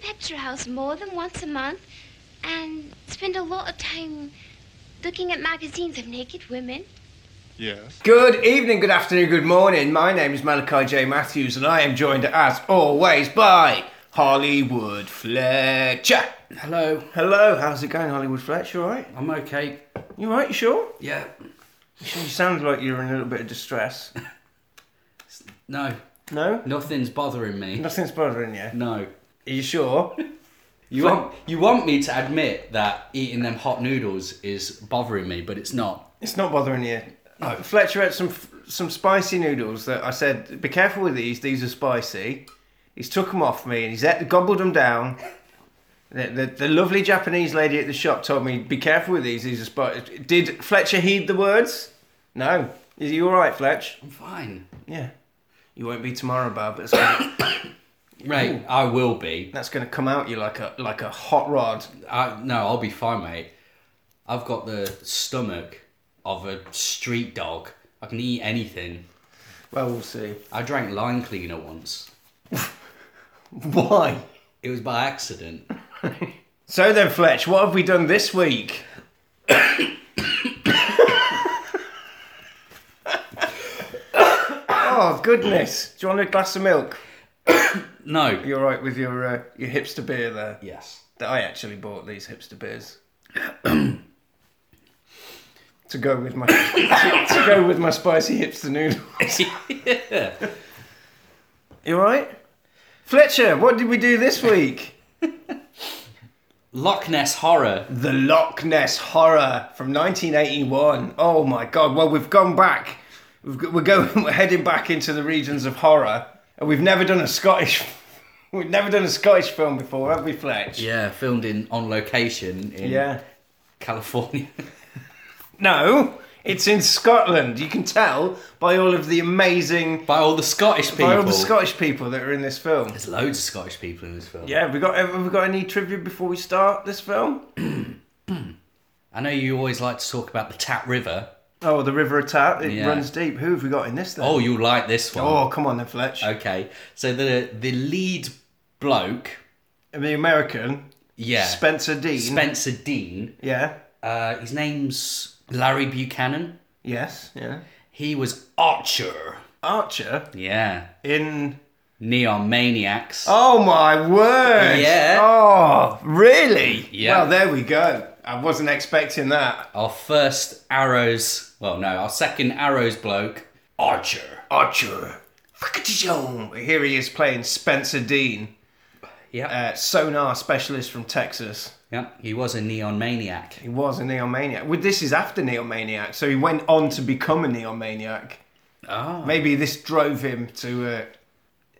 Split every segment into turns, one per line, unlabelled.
Picture House more than once a month and spend a lot of time looking at magazines of naked women.
Yes.
Good evening, good afternoon, good morning. My name is Malachi J. Matthews, and I am joined, as always, by Hollywood Fletcher.
Hello,
Hello, how's it going, Hollywood Fletcher? All right?
I'm okay.
You all right? You sure?
Yeah.
You sure you sound like you're in a little bit of distress.
No,
No,
nothing's bothering me.
nothing's bothering you. Are
No.
you sure?
You want you want me to admit that eating them hot noodles is bothering me, but it's not.
It's not bothering you. Fletcher had some f- some spicy noodles that I said, be careful with these. These are spicy. He's took them off me and he's ate, gobbled them down. The, the, the lovely Japanese lady at the shop told me, be careful with these. These are spicy. Did Fletcher heed the words? No. Is you all right, Fletch?
I'm fine.
Yeah. You won't be tomorrow, Bob. But it's gonna,
Right, I will be.
that's going to come out you like a like a hot rod.
I, no, I'll be fine, mate. I've got the stomach of a street dog. I can eat anything.
Well, we'll see.
I drank lime cleaner once.
Why?
It was by accident.
So then, Fletch, what have we done this week? oh goodness! Do you want a glass of milk?
No.
You're right with your uh, your hipster beer there.
Yes.
That I actually bought these hipster beers to go with my to, to go with my spicy hipster noodles. You all right, Fletcher? What did we do this week?
Loch Ness horror.
The Loch Ness Horror from 1981. Oh my god! Well, we've gone back. We've, go- we're going. We're heading back into the regions of horror, and we've never done a Scottish. We've never done a Scottish film before, have we, Fletch?
Yeah, filmed in on location in
Yeah.
California.
No, it's in Scotland. You can tell by all of the amazing,
by all the Scottish people.
by all the Scottish people that are in this film.
There's loads of Scottish people in this film.
Yeah, have we got. Have we got any trivia before we start this film?
I know you always like to talk about the Tat River.
Oh, the River of Tat. It
Yeah.
runs deep. Who have we got in this then?
Oh, you like this one.
Oh, come on then, Fletch.
Okay. So the the lead bloke,
The American.
yeah,
Spencer Dean.
Spencer Dean.
Yeah.
Uh, his name's Larry Buchanan.
Yes. Yeah.
He was Archer.
Archer
Yeah.
in.
Neon Maniacs.
Oh my word!
Yeah.
Oh, really?
Yeah.
Well, there we go. I wasn't expecting that.
Our first Arrows. Well, no, our second Arrows bloke, Archer.
Archer. Fuck-a-dee-jong. Here he is playing Spencer Dean,
Yeah.
uh, sonar specialist from Texas.
yeah. He was a Neon Maniac.
He was a neon maniac. Well, this is after neon maniac, so he went on to become a neon maniac.
Oh.
Maybe this drove him to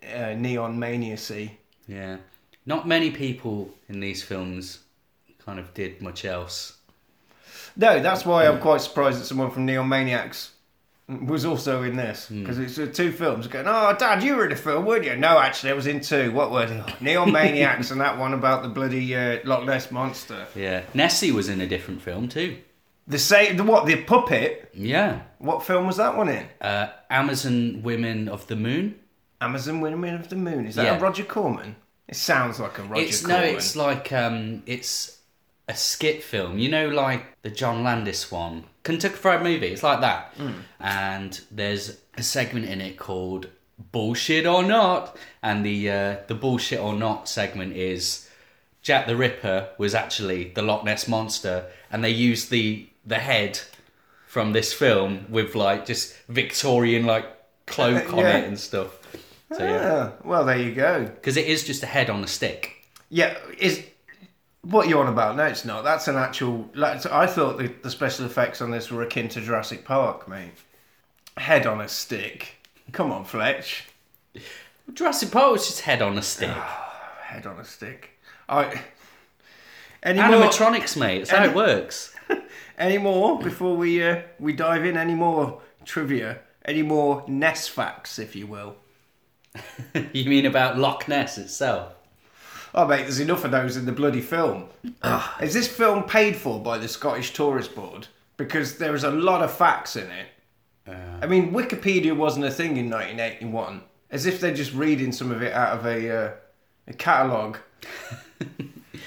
uh, uh, neon maniacy.
Yeah. Not many people in these films kind of did much else.
No, that's why I'm quite surprised that someone from Neon Maniacs was also in this
Hmm.
because it's uh, two films. Going, oh, Dad, you were in a film, weren't you? No, actually, I was in two. What were they? Neon Maniacs and that one about the bloody uh, Loch Ness monster.
Yeah. Nessie was in a different film too.
The same, the, what? The puppet.
Yeah.
What film was that one in?
Uh, Amazon Women of the Moon.
Amazon Women of the Moon. Is that
Yeah.
a Roger Corman? It sounds like a Roger
it's
Corman.
no, it's like um, it's a skit film. You know, like the John Landis one, Kentucky Fried Movie. It's like that.
Hmm.
And there's a segment in it called "Bullshit or Not," and the uh, the "Bullshit or Not" segment is Jack the Ripper was actually the Loch Ness monster, and they used the the head from this film with like just Victorian like cloak on
Yeah.
it and stuff. So yeah,
Ah, well, there you go.
because it is just a head on a stick.
Yeah, is what you're on about? No, it's not. That's an actual. Like, I thought the, the special effects on this were akin to Jurassic Park, mate. Head on a stick. Come on, Fletch.
Jurassic Park was just head on a stick.
Head on a stick. I. Any more?
Animatronics, mate. That's how it works.
Any more before we uh, we dive in? Any more trivia? Any more Ness facts, if you will?
you mean about Loch Ness itself?
Oh, mate, there's enough of those in the bloody film.
Ah.
is this film paid for by the Scottish Tourist Board? Because there is a lot of facts in it.
Uh.
I mean, Wikipedia wasn't a thing in 1981. As if they're just reading some of it out of a, uh, a catalogue.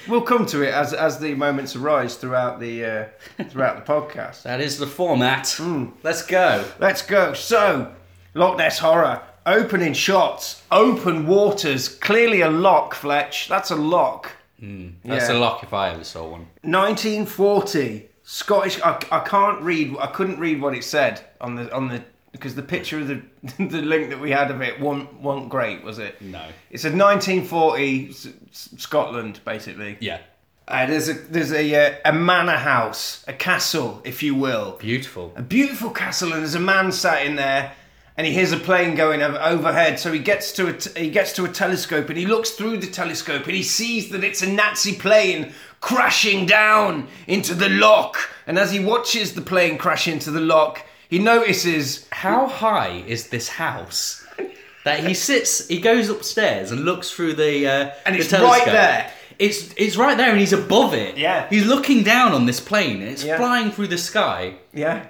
We'll come to it as as the moments arise throughout the uh, throughout the podcast.
That is the format. Let's go.
Let's go. So, Loch Ness horror, opening shots, open waters. Clearly a lock, Fletch. That's a lock.
Hmm. That's
Yeah.
a lock if I ever saw one.
1940 Scottish. I, I can't read. I couldn't read what it said on the on the because the picture of the the link that we had of it wasn't, wasn't great, was it?
No.
It said 1940 S- S- Scotland, basically.
Yeah.
Uh, there's a there's a uh, a manor house, a castle, if you will.
Beautiful.
A beautiful castle, and there's a man sat in there, and he hears a plane going over, overhead. So he gets to a t- he gets to a telescope, and he looks through the telescope, and he sees that it's a Nazi plane crashing down into the lock. And as he watches the plane crash into the lock, he notices
How high is this house? That he sits, he goes upstairs and looks through the uh,
And
the
it's right
telescope.
there.
It's it's right there, and he's above it.
Yeah.
he's looking down on this plane. and It's
Yeah.
flying through the sky.
yeah.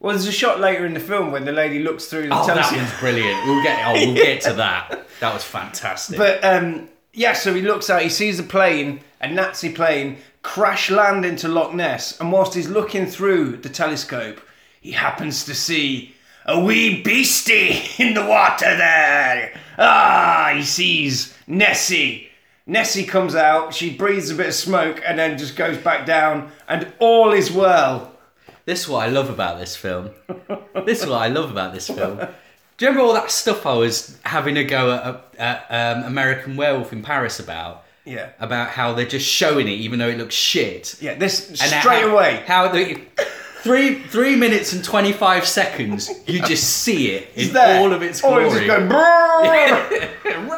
Well, there's a shot later in the film when the lady looks through the
Oh, that
telescope.
one's brilliant. We'll get oh, we'll get to that. That was fantastic.
But um, yeah, so he looks out, he sees a plane, a Nazi plane, crash land into Loch Ness, and whilst he's looking through the telescope, he happens to see a wee beastie in the water there. Ah, he sees Nessie. Nessie comes out, she breathes a bit of smoke, and then just goes back down, and all is well.
This is what I love about this film. this is what I love about this film. Do you remember all that stuff I was having a go at, at um, American Werewolf in Paris about?
Yeah.
About how they're just showing it even though it looks shit.
Yeah, this
And how-
straight away.
How the. Three three minutes and twenty five seconds, you just see it in
there.
all of its
Or
glory.
it's just going, "Brrr."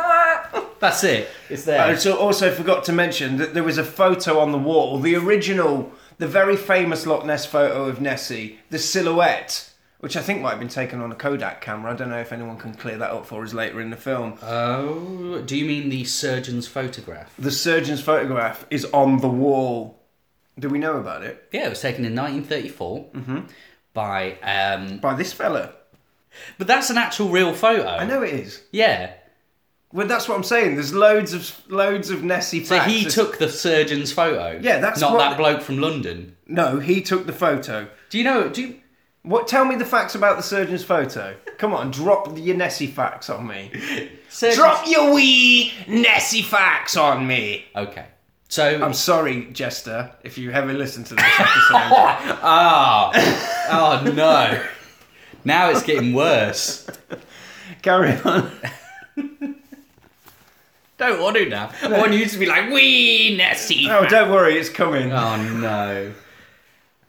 That's it. It's there.
I so also forgot to mention that there was a photo on the wall, the original, the very famous Loch Ness photo of Nessie, the silhouette, which I think might have been taken on a Kodak camera. I don't know if anyone can clear that up for us later in the film.
oh, do you mean the surgeon's photograph?
The surgeon's photograph is on the wall. Do we know about it?
Yeah, it was taken in 1934 by. Um,
By this fella.
but that's an actual real photo.
I know it is.
Yeah.
Well, that's what I'm saying. There's loads of loads of Nessie
So
facts.
he
It's-
took the surgeon's photo.
Yeah, that's
not
what-
that bloke from London.
No, he took the photo.
Do you know? Do you,
What? Tell me the facts about the surgeon's photo. Come on, drop your Nessie facts on me.
surgeons...
Drop your wee Nessie facts on me.
Okay. So
I'm sorry, Jester, if you ever listen to this episode.
ah oh no. Now it's getting worse.
Carry on.
Don't want to now. I want you to be like wee Nessie.
Oh, don't worry, it's coming.
oh no.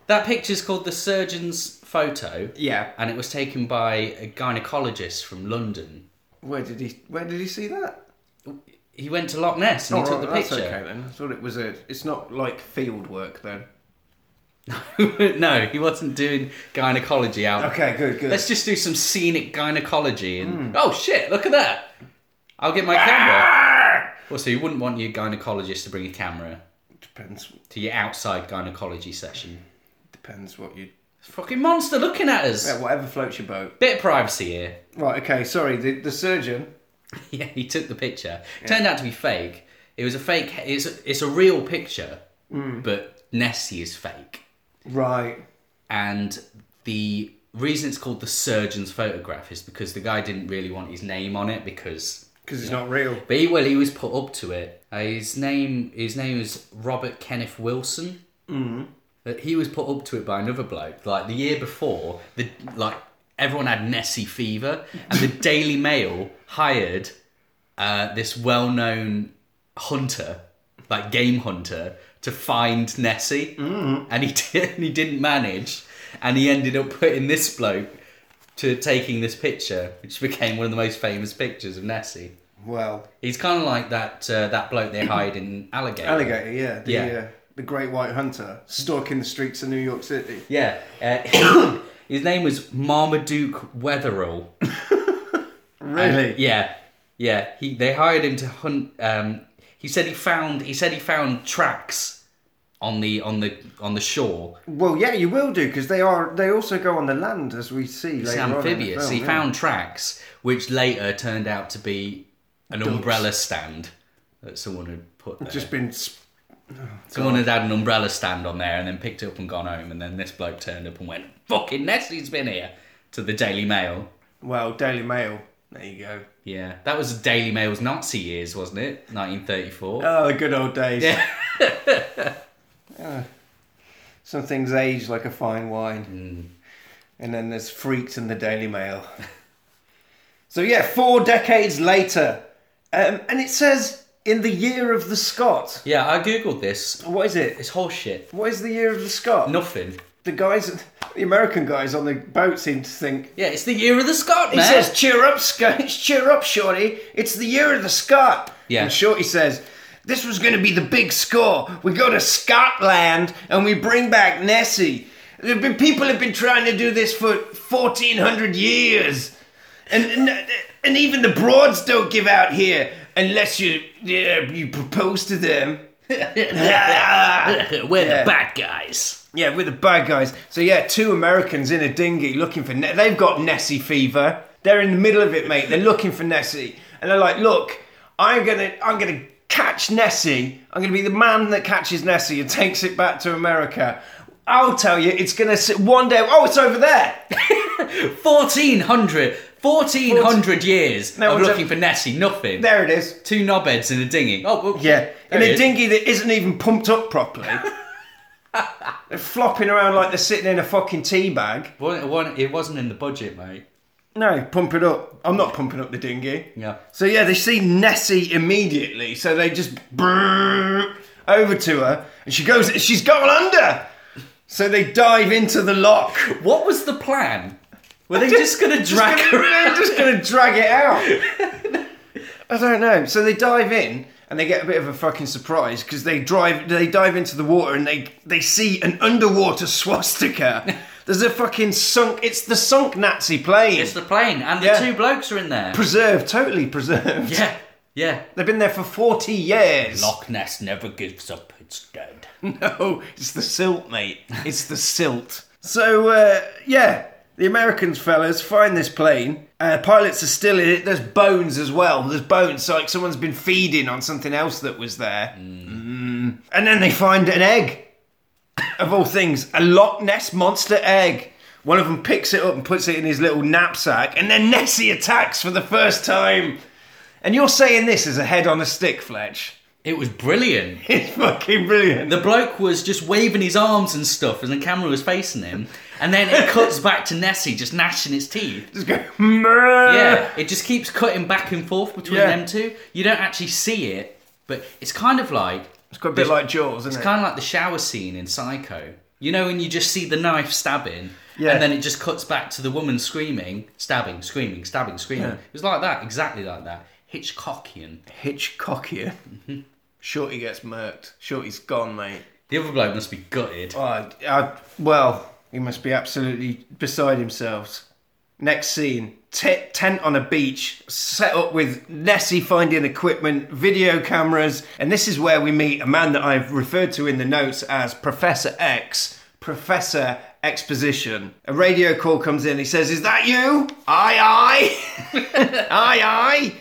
That picture's called the surgeon's photo.
Yeah.
And it was taken by a gynecologist from London.
Where did he? Where did he see that?
He went to Loch Ness and he took
Alright,
the
Oh, that's
picture.
okay then. I thought it was a. It's not like field work then.
no, he wasn't doing gynecology out.
Okay, good, good.
Let's just do some scenic gynecology and oh shit, look at that. I'll get my camera. Well, so you wouldn't want your gynecologist to bring a camera
Depends.
to your outside gynecology session.
Depends what you.
Fucking monster looking at us.
Yeah, whatever floats your boat.
Bit of privacy here.
Right. Okay. Sorry. The the surgeon.
Yeah, he took the picture. Turned out to be fake. It was a fake. It's a, it's a real picture, but Nessie is fake.
Right.
and the reason it's called the surgeon's photograph is because the guy didn't really want his name on it because
Because it's not real.
but he, well he was put up to it uh, his name his name is robert kenneth wilson mm. he was put up to it by another bloke like the year before the like everyone had nessie fever and the daily mail hired uh, this well-known hunter like game hunter to find nessie and he did, and he didn't manage and he ended up putting this bloke to taking this picture which became one of the most famous pictures of nessie
Well.
He's kind of like that uh, that bloke they hide in Alligator.
Alligator. Yeah. The,
Yeah.
Uh, the great white hunter stalking the streets of New York City.
Yeah. Uh, his name was Marmaduke Wetherill.
Really?
Yeah. Yeah. He they hired him to hunt. Um, he said he found he said he found tracks on the on the on the shore.
Well, yeah, you will do because they are. They also go on the land, as we see.
It's
later on in the
amphibious.
film,
he
yeah.
found tracks which later turned out to be an umbrella stand that someone had put there.
just been s-
Someone had had an umbrella stand on there and then picked it up and gone home. And then this bloke turned up and went, fucking Nestle's been here to the Daily Mail.
Well, Daily Mail. There you go.
Yeah, that was Daily Mail's Nazi years, wasn't it? 1934.
Oh, the good old days. Yeah. some things age like a fine wine.
Hmm.
And then there's freaks in the Daily Mail. so, yeah, four decades later. Um, and it says in the year of the Scot.
yeah, I googled this.
What is it?
It's horseshit.
What is the year of the Scot?
Nothing.
The guys, the American guys on the boat seem to think.
Yeah, it's the year of the Scot,
He
man.
says, cheer up, Scot. Cheer up, Shorty. It's the year of the Scot.
Yeah.
And Shorty says, this was going to be the big score. We go to Scotland and we bring back Nessie. There've been, people have been trying to do this for 1,400 years. And, and, and even the broads don't give out here unless you, yeah, you propose to them.
We're
Yeah.
the bad guys.
Yeah, with the bad guys. So yeah, two Americans in a dinghy looking for. Ne- they've got Nessie fever. They're in the middle of it, mate. They're looking for Nessie, and they're like, "Look, I'm gonna, I'm gonna catch Nessie. I'm gonna be the man that catches Nessie and takes it back to America." I'll tell you, it's gonna sit one day. Oh, it's over there.
1400, 1400 years
No
of
one's
looking
ever-
for Nessie, nothing.
There it is.
Two knobheads in a dinghy. Oh, well,
Yeah, in
there
a
it is.
dinghy that isn't even pumped up properly. they're flopping around like they're sitting in a fucking tea bag.
Wasn't- wasn't- It wasn't in the budget, mate.
No, pump it up. I'm not pumping up the dinghy.
Yeah.
So yeah, they see Nessie immediately. So they just brrrr over to her, and she goes. She's gone under. So they dive into the lock.
What was the plan? Were they just gonna drag
just
her
gonna,
out?
they're just gonna drag it out. I don't know. So they dive in and they get a bit of a fucking surprise because they drive they dive into the water and they they see an underwater swastika. There's a fucking sunk it's the sunk Nazi plane.
It's the plane, and the
Yeah.
two blokes are in there.
preserved, totally preserved.
Yeah, yeah.
They've been there for 40 years.
Loch Ness never gives up. It's dead.
No, it's the silt, mate. It's the silt. So, uh, yeah, the Americans fellas find this plane. Uh, pilots are still in it. There's bones as well. There's bones, so like someone's been feeding on something else that was there. Mm. And then they find an egg. of all things, a Loch Ness monster egg. One of them picks it up and puts it in his little knapsack, and then Nessie attacks for the first time. And you're saying this as a head on a stick, Fletch.
It was brilliant.
It's fucking brilliant.
The bloke was just waving his arms and stuff, and the camera was facing him. And then it cuts back to Nessie just gnashing its teeth.
Just go, "Meh."
Yeah, it just keeps cutting back and forth between
Yeah.
them two. You don't actually see it, but it's kind of like
It's quite a bit like Jaws, isn't
It's
it?
kind of like the shower scene in Psycho. You know, when you just see the knife stabbing,
Yeah.
and then it just cuts back to the woman screaming, stabbing, screaming, stabbing, screaming.
Yeah.
It was like that, exactly like that. Hitchcockian.
Hitchcockian.
Mm-hmm.
Shorty gets murked. Shorty's gone, mate.
The other bloke must be gutted.
Oh, I, I- well, he must be absolutely beside himself. Next scene T- tent on a beach, set up with Nessie finding equipment, video cameras, and this is where we meet a man that I've referred to in the notes as Professor X, Professor Exposition. A radio call comes in, he says, Is that you? Aye, aye. aye, aye.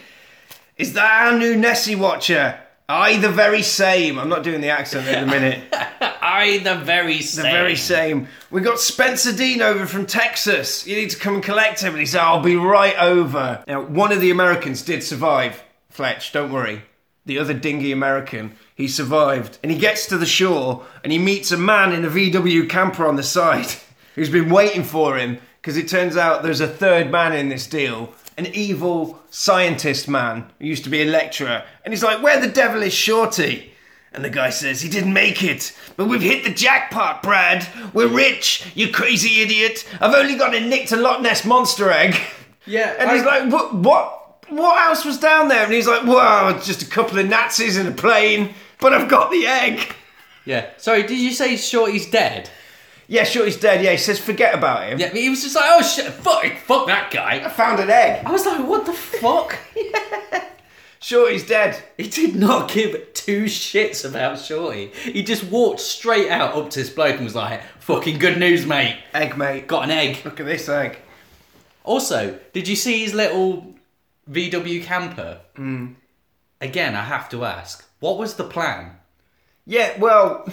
Is that our new Nessie watcher? Aye, the very same. I'm not doing the accent at the minute.
I the very same.
The very same. We got Spencer Dean over from Texas. You need to come and collect him. And he said, I'll be right over. Now, one of the Americans did survive. Fletch, don't worry. The other dingy American, he survived. And he gets to the shore and he meets a man in a VW camper on the side who's been waiting for him because it turns out there's a third man in this deal. An evil scientist man who used to be a lecturer. And he's like, Where the devil is Shorty? And the guy says he didn't make it, but we've hit the jackpot, Brad. We're rich, you crazy idiot. I've only got and nicked a Loch Ness monster egg.
Yeah,
and he's
I-
like, what? What? What else was down there? And he's like, "Wow, just a couple of Nazis in a plane, but I've got the egg."
Yeah. Sorry, did you say Shorty's dead?
Yeah, sure, he's dead. Yeah, he says, "Forget about him."
Yeah, but he was just like, oh shit, fuck, fuck that guy.
I found an egg.
I was like, what the fuck?
Sure, he's dead.
He did not give two shits about Shorty. He just walked straight out up to this bloke and was like, fucking good news, mate.
Egg, mate.
Got an egg.
Look at this egg.
Also, did you see his little
Hmm.
VW camper? Again, I have to ask, what was the plan?
Yeah, well,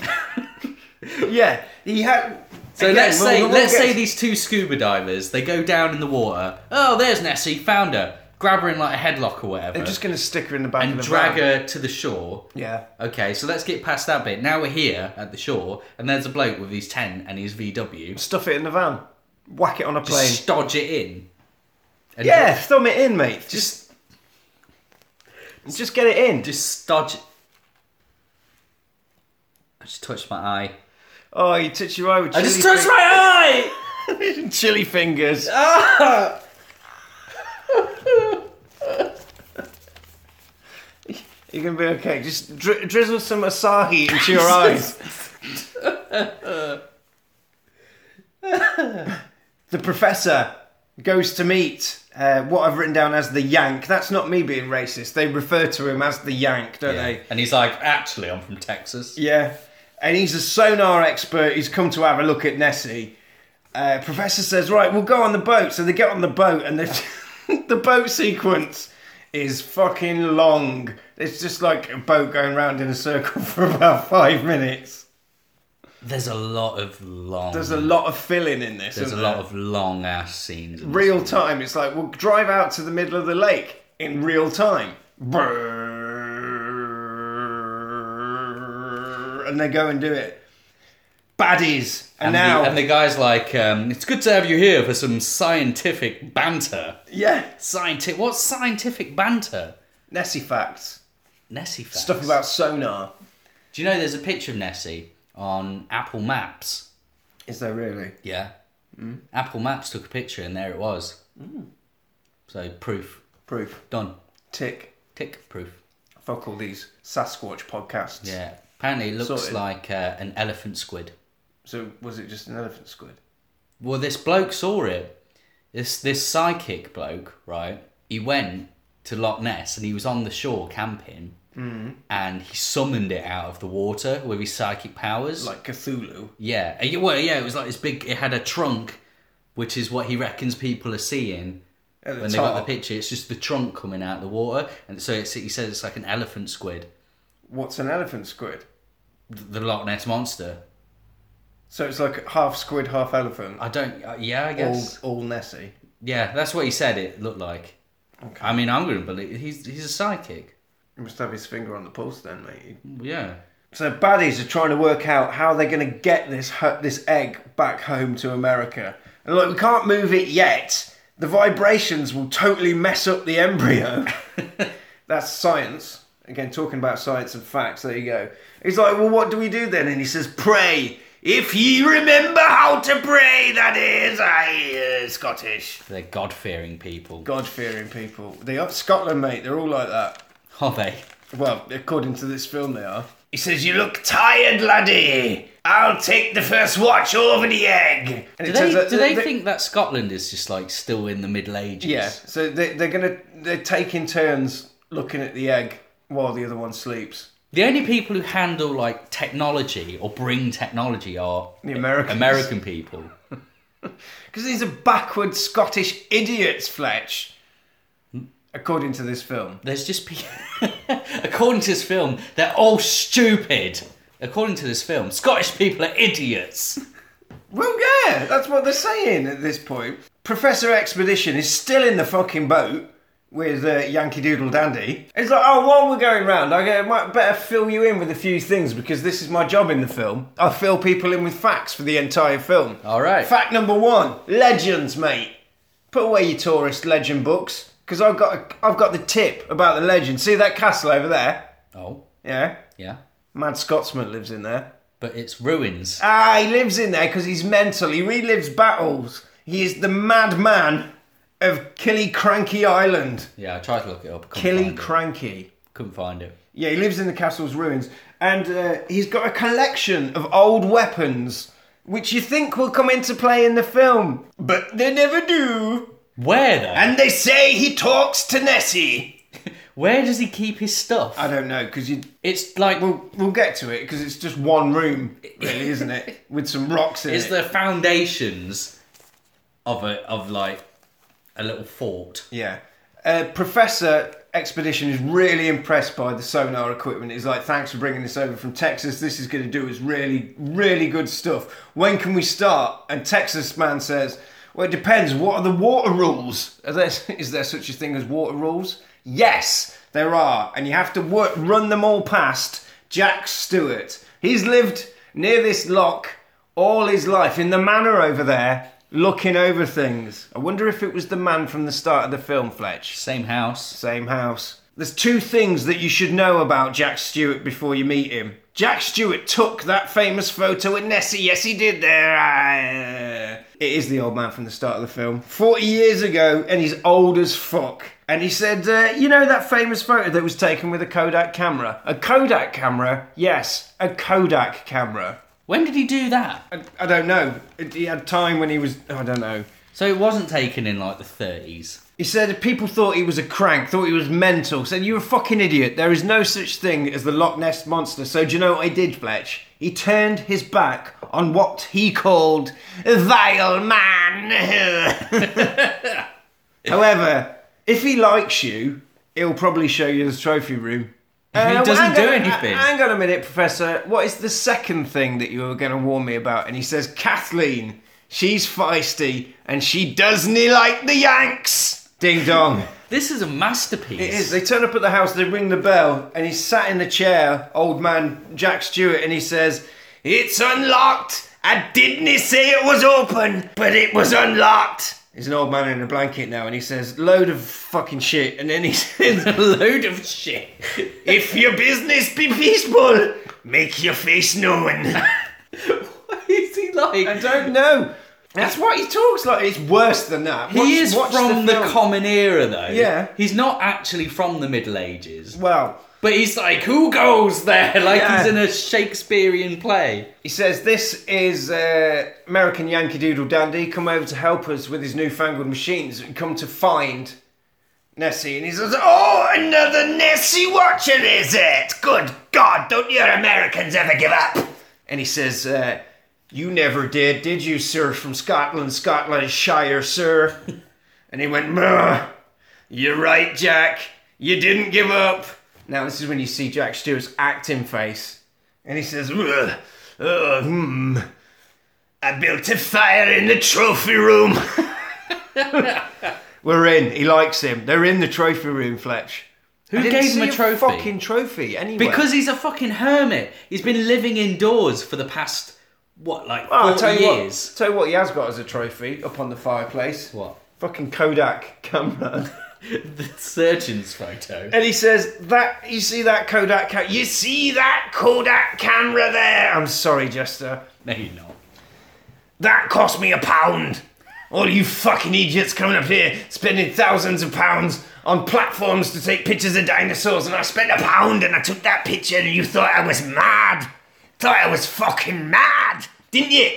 yeah, he had.
So
again,
let's
we'll-
say
we'll
let's
get-
say these two scuba divers they go down in the water. Oh, there's Nessie, found her. Grab her in like a headlock or whatever,
they're just going to stick her in the back
and
of the
drag
van.
her to the shore.
Yeah,
Okay, so let's get past that bit. Now we're here at the shore, and there's a bloke with his tent and his VW.
stuff it in the van, whack it on a plane.
Just dodge it in. And
yeah, thumb it in, mate. Just
Just,
just get it in.
just dodge. it. I just touched my eye.
oh, you touch your eye with
I
chili,
just touched my eye.
fi- chili fingers.
Ah!
You're gonna be okay. Just dri- drizzle some Asahi into your eyes. the professor goes to meet uh, what I've written down as the Yank. That's not me being racist. They refer to him as the Yank, don't they?
And he's like, actually, I'm from Texas.
Yeah. And he's a sonar expert. He's come to have a look at Nessie. Uh, professor says, right, we'll go on the boat. So they get on the boat, and the, the boat sequence is fucking long. It's just like a boat going round in a circle for about five minutes.
There's a lot of long.
There's a lot of filling in this.
There's a
isn't
lot
there?
of long ass scenes. in this
real time. It's like we'll drive out to the middle of the lake in real time. Brrrr. And they go and do it. Baddies. And,
And,
now,
the, and the guy's like, um, it's good to have you here for some scientific banter.
yeah,
Scientific? What's scientific banter?
Nessie facts.
Nessie facts.
Stuff about sonar.
Do you know there's a picture of Nessie on Apple Maps?
Is there really?
Yeah.
Hmm.
Apple Maps took a picture and there it was. So proof
Proof.
done.
Tick.
Tick proof.
Fuck all these Sasquatch podcasts.
Yeah. Apparently, it looks
Sorted.
like uh, an elephant squid.
So was it just an elephant squid?
Well, this bloke saw it. This this psychic bloke, right? He went to Loch Ness and he was on the shore camping,
Mm-hmm.
and he summoned it out of the water with his psychic powers.
Like Cthulhu.
yeah, Uh, well, yeah, it was like this big. It had a trunk, which is what he reckons people are seeing
At the
when they
top.
got the picture. It's just the trunk coming out of the water, and so it's, he says it's like an elephant squid,
What's an elephant squid?
the Loch Ness monster.
So it's like half squid, half elephant.
I don't. Uh, yeah, I
All,
guess.
all Nessie.
Yeah, that's what he said. It looked like.
Okay.
I mean, I'm going to believe he's he's a psychic.
He must have his finger on the pulse then, mate.
Yeah.
So baddies are trying to work out how they're going to get this hu- this egg back home to America. And like, we can't move it yet. The vibrations will totally mess up the embryo. That's science. Again, talking about science and facts. There you go. He's like, well, what do we do then? And he says, pray. If ye remember how to pray, that is, I uh, Scottish.
They're God fearing people.
God fearing people. They are Scotland, mate. They're all like that.
Are they?
Well, according to this film, they are. He says, "You look tired, laddie. I'll take the first watch over the egg." And
Do
it
they,
turns out
do they, think that Scotland is just like still in the Middle Ages?
Yeah. So they, they're gonna they're taking turns looking at the egg while the other one sleeps.
The only people who handle like technology or bring technology are
The Americans.
American people.
Because these are backward Scottish idiots, Fletch. According to this film.
There's just people. According to this film, they're all stupid. According to this film, Scottish people are idiots.
Well, yeah, that's what they're saying at this point. Professor Expedition is still in the fucking boat with uh, Yankee Doodle Dandy. It's like, oh, while we're going round, I uh, might better fill you in with a few things because this is my job in the film. I fill people in with facts for the entire film.
All right.
Fact number one: legends, mate. Put away your tourist legend books because I've got a, I've got the tip about the legend. See that castle over there?
Oh,
Yeah,
yeah.
mad Scotsman lives in there.
But it's ruins.
Ah, he lives in there because he's mental. He relives battles. He is the madman of Killy Cranky Island.
Yeah, I tried to look it up. Couldn't
Killy
find it.
Cranky.
Couldn't find it.
Yeah, he lives in the castle's ruins. And uh, he's got a collection of old weapons, which you think will come into play in the film, but they never do.
Where though?
And they say he talks to Nessie.
Where does he keep his stuff?
I don't know, because you.
It's like
We'll, we'll get to it because it's just one room, really, isn't it? With some rocks in
it's
it.
the foundations of a of like a little fort.
Yeah. Uh, Professor expedition is really impressed by the sonar equipment. He's like, thanks for bringing this over from Texas. This is going to do us really, really good stuff. When can we start? And Texas man says, well, it depends. What are the water rules? Are there, is there such a thing as water rules? Yes, there are. And you have to work, run them all past Jack Stewart. He's lived near this lock all his life in the manor over there. Looking over things. I wonder if it was the man from the start of the film, Fletch.
Same house.
Same house. There's two things that you should know about Jack Stewart before you meet him. Jack Stewart took that famous photo with Nessie. Yes, he did. There. Ah. It is the old man from the start of the film. 40 years ago, and he's old as fuck. And he said, uh, You know that famous photo that was taken with a Kodak camera? A Kodak camera? Yes, a Kodak camera.
When did he do that?
I, I don't know. He had time when he was. I don't know.
So it wasn't taken in like the 30s.
He said people thought he was a crank, thought he was mental. Said you're a fucking idiot. There is no such thing as the Loch Ness monster. So do you know what he did, Fletch? He turned his back on what he called vile man. However, if he likes you, he'll probably show you the trophy room. Uh,
He doesn't
hang
do
on-
anything.
Hang on a minute, Professor. What is the second thing that you were going to warn me about? And he says, Kathleen, she's feisty and she doesn't like the Yanks. Ding dong.
This is a masterpiece.
It is. They turn up at the house, they ring the bell, and he's sat in the chair, old man Jack Stewart, and he says, It's unlocked! I didn't say it was open, but it was unlocked! He's an old man in a blanket now, and he says, Load of fucking shit. And then he says,
a load of shit.
If your business be peaceful, make your face known.
Why is he like?
I don't know. That's what he talks like. It's worse than that. Watch-
He is
watch
from the,
film.
common era, though.
Yeah.
He's not actually from the Middle Ages.
Well,
But he's like, who goes there? Like
Yeah.
he's in a Shakespearean play.
He says, This is uh, American Yankee Doodle Dandy, come over to help us with his newfangled machines and come to find Nessie. And he says, Oh, another Nessie watcher, is it? Good God, don't you Americans ever give up? And he says, uh, You never did, did you, sir, from Scotland, Scotland Shire, sir? and he went, "Meh, You're right, Jack. You didn't give up. Now, this is when you see Jack Stewart's acting face. And he says, "Ugh, ugh, hmm. I built a fire in the trophy room. We're in. He likes him. They're in the trophy room, Fletch. Who
gave him a trophy?
fucking trophy, anyway.
Because he's a fucking hermit. He's been living indoors for the past what, like
Oh, I'll
forty
tell you
years.
What, tell you what he has got as a trophy up on the fireplace.
What?
Fucking Kodak camera.
The surgeon's photo.
and he says that you see that Kodak ca- you see that Kodak camera there. I'm sorry, Jester.
No, you're not.
That cost me a pound. All you fucking idiots coming up here spending thousands of pounds on platforms to take pictures of dinosaurs, and I spent a pound and I took that picture, and you thought I was mad. Thought I was fucking mad, didn't you?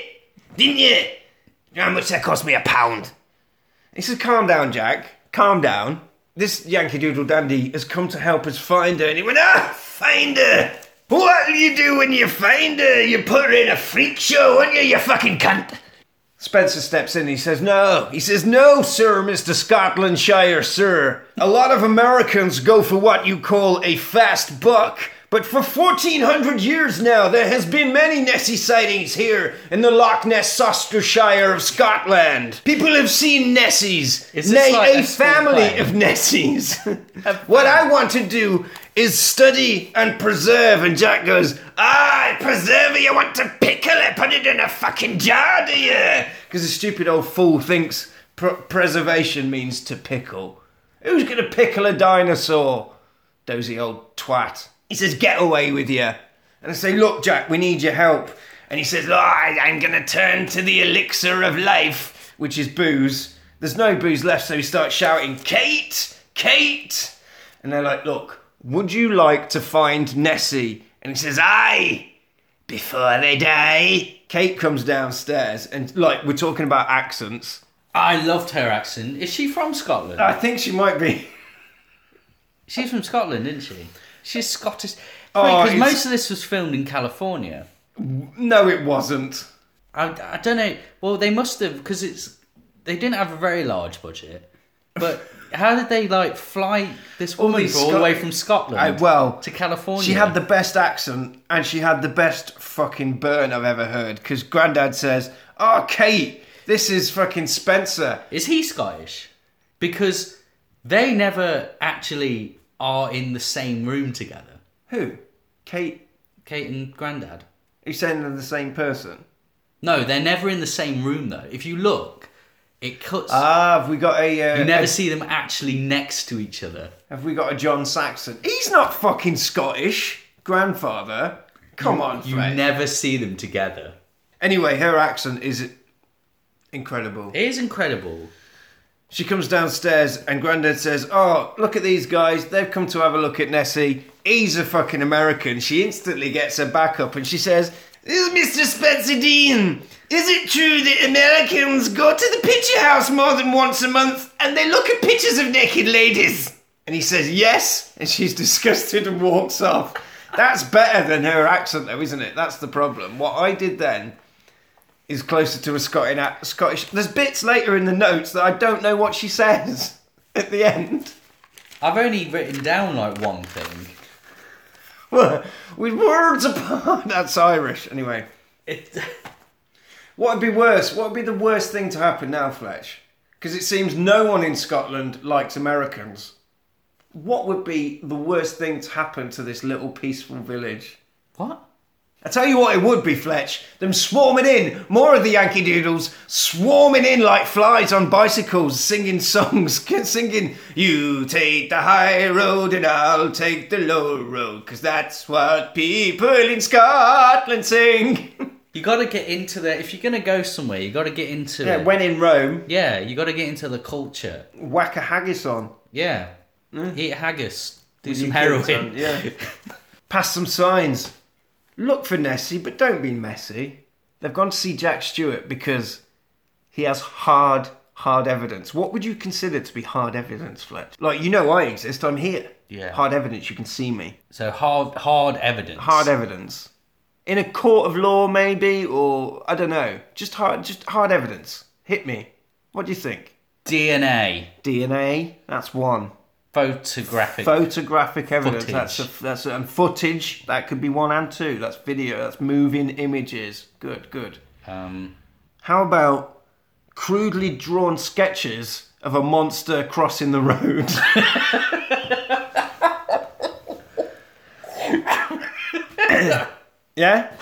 Didn't you? You know how much that cost me a pound? He says, Calm down, Jack. Calm down. This Yankee Doodle Dandy has come to help us find her. And he went, Ah, find her! What'll you do when you find her? You put her in a freak show, won't you, you fucking cunt? Spencer steps in and he says, No. He says, No, sir, Mr. Scotland Shire, sir. A lot of Americans go for what you call a fast buck, but for 1400 years now, there has been many Nessie sightings here in the Loch Ness, Gloucestershire of Scotland. People have seen Nessies,
Is this
nay,
like
a
a school
family
play?
of Nessies. what I want to do is study and preserve. And Jack goes, Ah, preserve it, you want to pickle it, put it in a fucking jar, do you? Because the stupid old fool thinks pr- preservation means to pickle. Who's going to pickle a dinosaur? Dozy old twat. He says, Get away with you. And I say, Look, Jack, we need your help. And he says, "Oh, I, I'm going to turn to the elixir of life, which is booze. There's no booze left, so he starts shouting, Kate! Kate! And they're like, Look, would you like to find Nessie? And he says, Aye! Before they die. Kate comes downstairs, and like, we're talking about accents.
I loved her accent. Is she from Scotland?
I think she might be.
She's from Scotland, isn't she? She's Scottish.
Oh,
Because
it's-
most of this was filmed in California.
No, it wasn't.
I, I don't know. Well, they must have because it's they didn't have a very large budget, but How did they like fly this
All
woman
these
for all the
Scot-
way from Scotland?
I- well,
to California.
She had the best accent and she had the best fucking burn I've ever heard because Grandad says, Oh, Kate, this is fucking Spencer.
Is he Scottish? Because they never actually are in the same room together.
Who? Kate?
Kate and Grandad.
He's saying they're the same person.
No, they're never in the same room though. If you look, it cuts.
Ah, have we got a, uh,
you never
a-
see them actually next to each other.
Have we got a John Saxon? He's not fucking Scottish. Grandfather. Come on,
You
Fred.
never see them together.
Anyway, her accent is incredible.
It is incredible.
She comes downstairs and Grandad says, Oh, look at these guys. They've come to have a look at Nessie. He's a fucking American. She instantly gets her back up and she says, "Oh, Mr. Spencer Dean, is it true that Americans go to the picture house more than once a month and they look at pictures of naked ladies? And he says, Yes. And she's disgusted and walks off. That's better than her accent, though, isn't it? That's the problem. What I did then is closer to a Scottish. Scottish. There's bits later in the notes that I don't know what she says at the end.
I've only written down like one thing.
With words apart. That's Irish. Anyway,
It,
what would be worse? What would be the worst thing to happen now, Fletch? Because it seems no one in Scotland likes Americans. What would be the worst thing to happen to this little peaceful village?
what?
I tell you what, it would be Fletch. Them swarming in, more of the Yankee Doodles swarming in like flies on bicycles, singing songs, singing "You take the high road and I'll take the low road, 'cause that's what people in Scotland sing."
You got to get into the. If you're gonna go somewhere, you got to get into.
yeah,
it.
when in Rome,
yeah, you got to get into the culture.
whack a haggis on.
Yeah. Eat haggis. Do some
your
heroin.
kids on, yeah. Pass some signs. Look for Nessie, but don't be messy. They've gone to see Jack Stewart because he has hard, hard evidence. What would you consider to be hard evidence, Fletch? Like, you know I exist, I'm here.
Yeah.
Hard evidence, you can see me.
So hard, hard evidence.
Hard e- evidence. In a court of law, maybe, or I don't know. Just hard, just hard evidence. Hit me. What do you think?
DNA.
DNA. That's one.
Photographic.
photographic evidence.
Footage.
That's a, that's a, and footage. That could be one and two. That's video. That's moving images. Good, good.
um,
How about crudely drawn sketches of a monster crossing the road? yeah.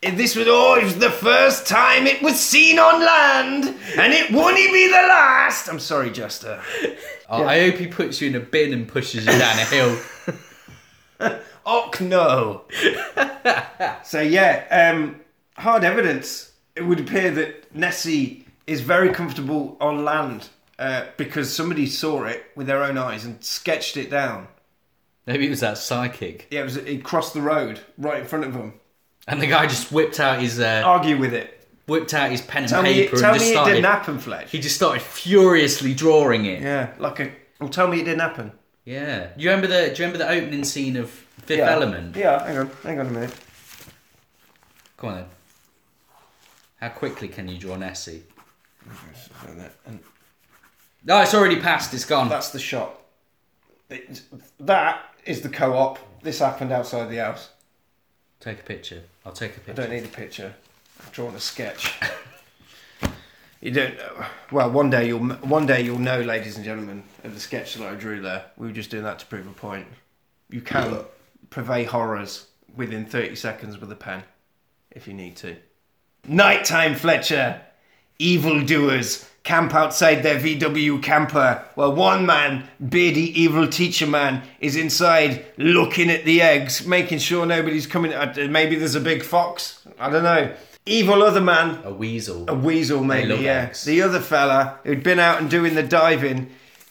If This was always the first time it was seen on land, and it wouldn't be the last. I'm sorry, Jester.
I- I hope he puts you in a bin and pushes you down a hill.
Och no. so yeah, um, hard evidence. It would appear that Nessie is very comfortable on land uh, because somebody saw it with their own eyes and sketched it down.
Maybe it was that psychic.
Yeah, it, was, it crossed the road right in front of them.
And the guy just whipped out his uh,
Argue with it.
whipped out his pen and
Oh. Tell me,
paper
tell
and just
me it
started.
didn't happen, Fletch.
He just started furiously drawing it. Yeah.
Yeah, like a. Well, tell me it didn't happen.
You remember the? Do you remember the opening scene of Fifth Element?
Yeah, hang on, hang on a minute.
Come on. Then. How quickly can you draw Nessie?
And
No, it's already passed. It's gone.
that's the shot. It, that is the co-op. This happened outside the house.
Take a picture. I'll take a
I
picture.
don't need a picture. I've drawn a sketch. you don't. know- Well, one day you'll one day you'll know, ladies and gentlemen, of the sketch that I drew there. We were just doing that to prove a point. You can purvey horrors within thirty seconds with a pen, if you need to. Nighttime, Fletcher. Evildoers camp outside their VW camper, while one man, beardy evil teacher man, is inside looking at the eggs, making sure nobody's coming. uh, Maybe there's a big fox. I don't know. Evil other man,
A weasel.
a weasel maybe.
love
Yeah.
eggs.
The other fella who'd been out and doing the diving,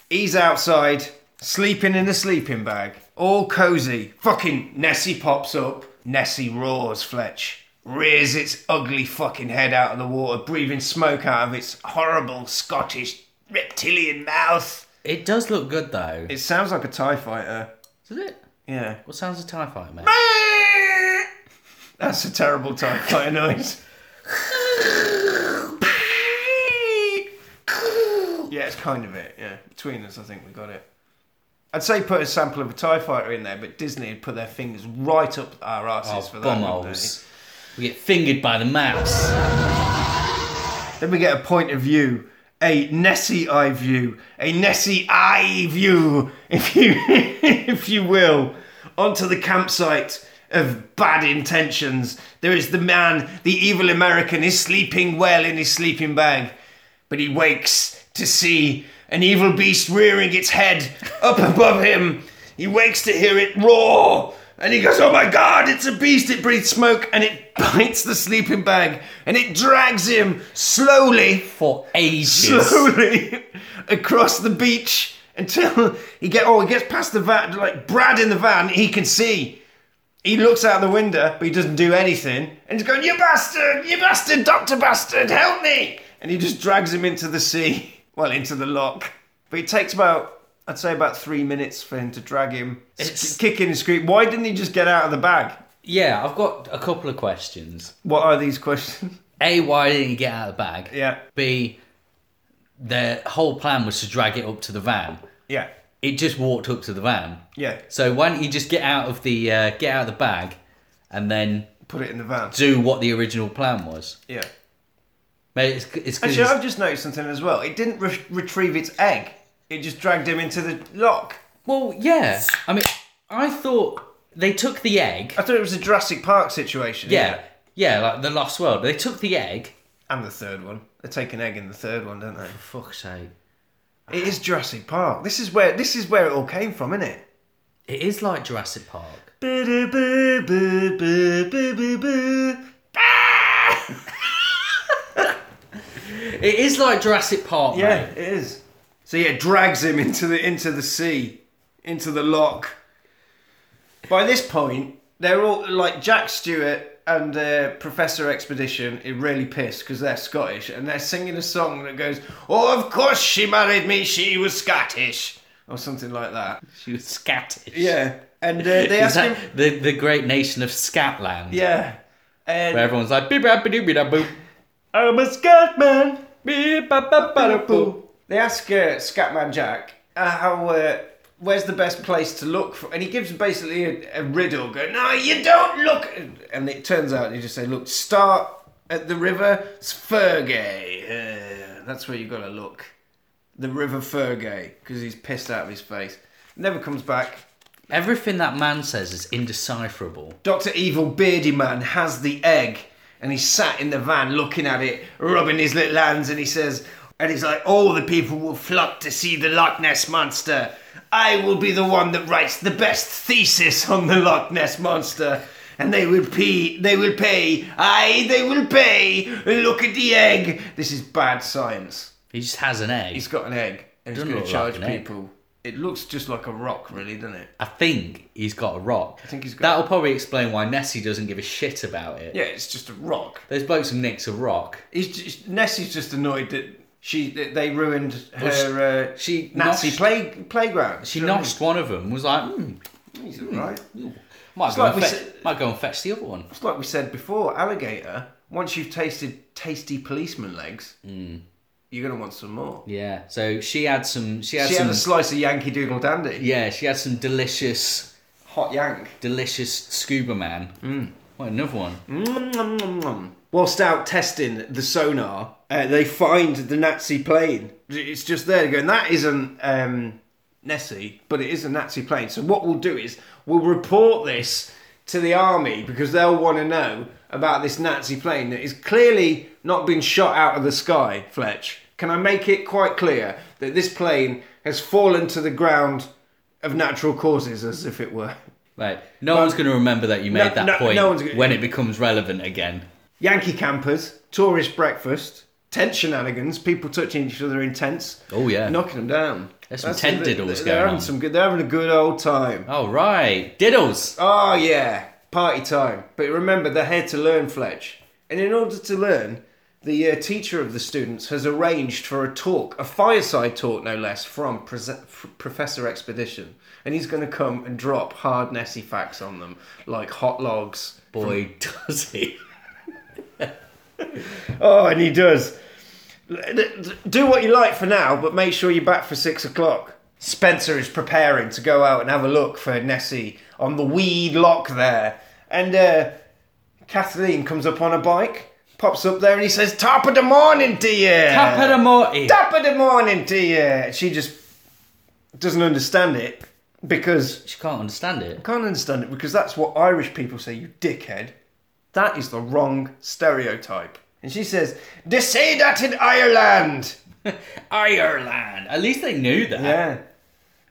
he's outside sleeping in a sleeping bag, all cozy. Fucking Nessie pops up. Nessie roars. Fletch rears its ugly fucking head out of the water, breathing smoke out of its horrible Scottish reptilian mouth.
It does look good though.
It sounds like a Tie Fighter.
Does it?
Yeah.
What sounds a TIE fighter make?
That's a terrible Tie Fighter noise. Yeah, that's kind of it. Yeah, between us, I think we got it. I'd say put a sample of a Tie Fighter in there, but Disney had put their fingers right up our
Oh,
asses for that. wouldn't
bumholes. We get fingered by the mouse.
they? Then we get a point of view, a Nessie eye view, a Nessie eye view, if you if you will, onto the campsite of bad intentions. There is the man, the evil American, is sleeping well in his sleeping bag, but he wakes to see an evil beast rearing its head up above him. He wakes to hear it roar, and he goes, Oh my god, it's a beast! It breathes smoke and it bites the sleeping bag and it drags him slowly,
for ages.
slowly across the beach until he get oh he gets past the van like Brad in the van he can see he looks out the window but he doesn't do anything and he's going you bastard you bastard doctor bastard help me and he just drags him into the sea well into the lock but it takes about I'd say about three minutes for him to drag him
It's-
it's kicking and screaming why didn't he just get out of the bag
Yeah, I've got a couple of questions.
what are these questions
A, why didn't you get out of the bag?
yeah
B, their whole plan was to drag it up to the van.
yeah
It just walked up to the van.
yeah
So why don't you just get out of the uh, get out of the bag, and then
put it in the van
do what the original plan was?
yeah
Mate, it's it's because
Actually, I've just noticed something as well. It didn't re- retrieve its egg. It just dragged him into the lock.
well, yeah. I mean, I thought they took the egg.
I thought it was a Jurassic Park situation.
Yeah, yeah, like the Lost World. They took the egg.
And the third one. They take an egg in the third one, don't they?
Fuck's sake!
It is Jurassic Park. This is where this is where it all came from, isn't it?
It is like Jurassic Park. It is like Jurassic Park.
Yeah,
mate.
it is. So yeah, drags him into the into the sea, into the lock. By this point, they're all like Jack Stewart and uh, Professor Expedition. It really pissed because they're Scottish and they're singing a song that goes, "Oh, of course she married me. She was Scottish." Or something like that.
she was scattish.
Yeah, and uh, they asked
Is that
him.
the the great nation of Scatland?
Yeah,
where
and
everyone's like beep bap boop bap boop
I'm a Scotman.
beep bap bap bada, boop.
They ask uh, Scatman Jack uh, how uh, where's the best place to look for, and he gives basically a, a riddle. Go, no, you don't look. And it turns out you just say, look, start at the river Fergay. Uh, that's where you got to look. The river Fergay, because he's pissed out of his face. Never comes back.
Everything that man says is indecipherable.
Dr. Evil Beardy Man has the egg and he's sat in the van looking at it, rubbing his little hands, and he says, and he's like, All the people will flock to see the Loch Ness Monster. I will be the one that writes the best thesis on the Loch Ness Monster. And they will pay, they will pay, aye, they will pay. Look at the egg. This is bad science.
He just has an egg.
He's got an egg and he's
Doesn't
going to
look
charge
like an egg.
people. It looks just like a rock, really, doesn't it?
I think he's got a rock. I
think he's got-
That'll probably explain why Nessie doesn't give a shit about it.
Yeah, it's just a rock.
Those blokes have nicked a rock.
He's just, Nessie's just annoyed that she that they ruined her uh,
she
Nazi
noshed-
play, playground.
She
Do you know
notched one of them. Was like, hmm,
what I mean? He's all right.
might
It's
go,
like
and
we
fetch,
said-
might go and fetch the other one.
It's like we said before, alligator. Once you've tasted tasty policeman legs,
Hmm.
you're gonna want some more.
Yeah. So she had some. She had
She
some.
had a slice of Yankee Doodle Dandy,
yeah, she had some delicious,
hot yank.
delicious scuba man. Mm. What another one?
Mm. Whilst out testing the sonar, uh, they find the Nazi plane. It's just there they're going, that isn't um, Nessie, but it is a Nazi plane. So what we'll do is we'll report this to the army because they'll want to know about this Nazi plane that is clearly not been shot out of the sky, Fletch. Can I make it quite clear that this plane has fallen to the ground of natural causes, as if it were?
Right. No one's going to remember that you made that
no-
point
no one's gonna-
when it becomes relevant again.
Yankee campers, tourist breakfast, tent shenanigans, people touching each other in tents.
Oh, yeah.
knocking them down.
There's some tent
the-
diddles
they're
going
having
on.
Some good, they're having a good old time.
All Oh, right, diddles.
Oh yeah, party time. But remember, they're here to learn, Fletch. And in order to learn, the uh, teacher of the students has arranged for a talk, a fireside talk, no less, from Prese- F- Professor Expedition, and he's going to come and drop hard Nessie facts on them, like hot logs.
Boy, does he.
Oh, and he does. Do what you like for now, but make sure you're back for six o'clock. Spencer is preparing to go out and have a look for Nessie on the weed lock there. And uh, Kathleen comes up on a bike, pops up there, and he says, Top of the morning to you!
Tap at a Morty.
Top of the morning to you! And She just doesn't understand it because
She can't understand it.
can't understand it because that's what Irish people say, you dickhead. That is the wrong stereotype. And she says, They say that in Ireland!
Ireland. At least they knew that.
Yeah.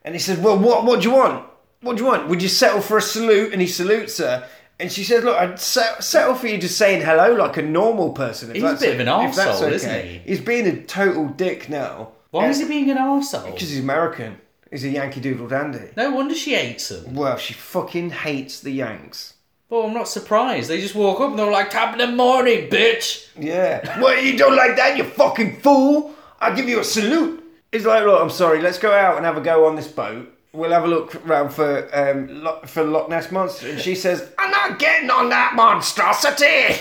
And he says, Well, what, what do you want? What do you want? Would you settle for a salute? And he salutes her. And she says, Look, I'd se- settle for you just saying hello like a normal person. If
He's a bit of an
if that's
arsehole, isn't
okay."
he?
He's being a total dick now.
Why is he being an arsehole?
Because he's American. He's a Yankee Doodle Dandy.
No wonder she hates them.
Well, she fucking hates the Yanks.
Well, I'm not surprised. They just walk up and they're like, "Tap in the morning, bitch."
Yeah. well, you don't like that, you fucking fool. I'll give you a salute. He's like, look, I'm sorry. Let's go out and have a go on this boat. We'll have a look round for um, Lo- for Loch Ness monster. And she says, I'm not getting on that monstrosity.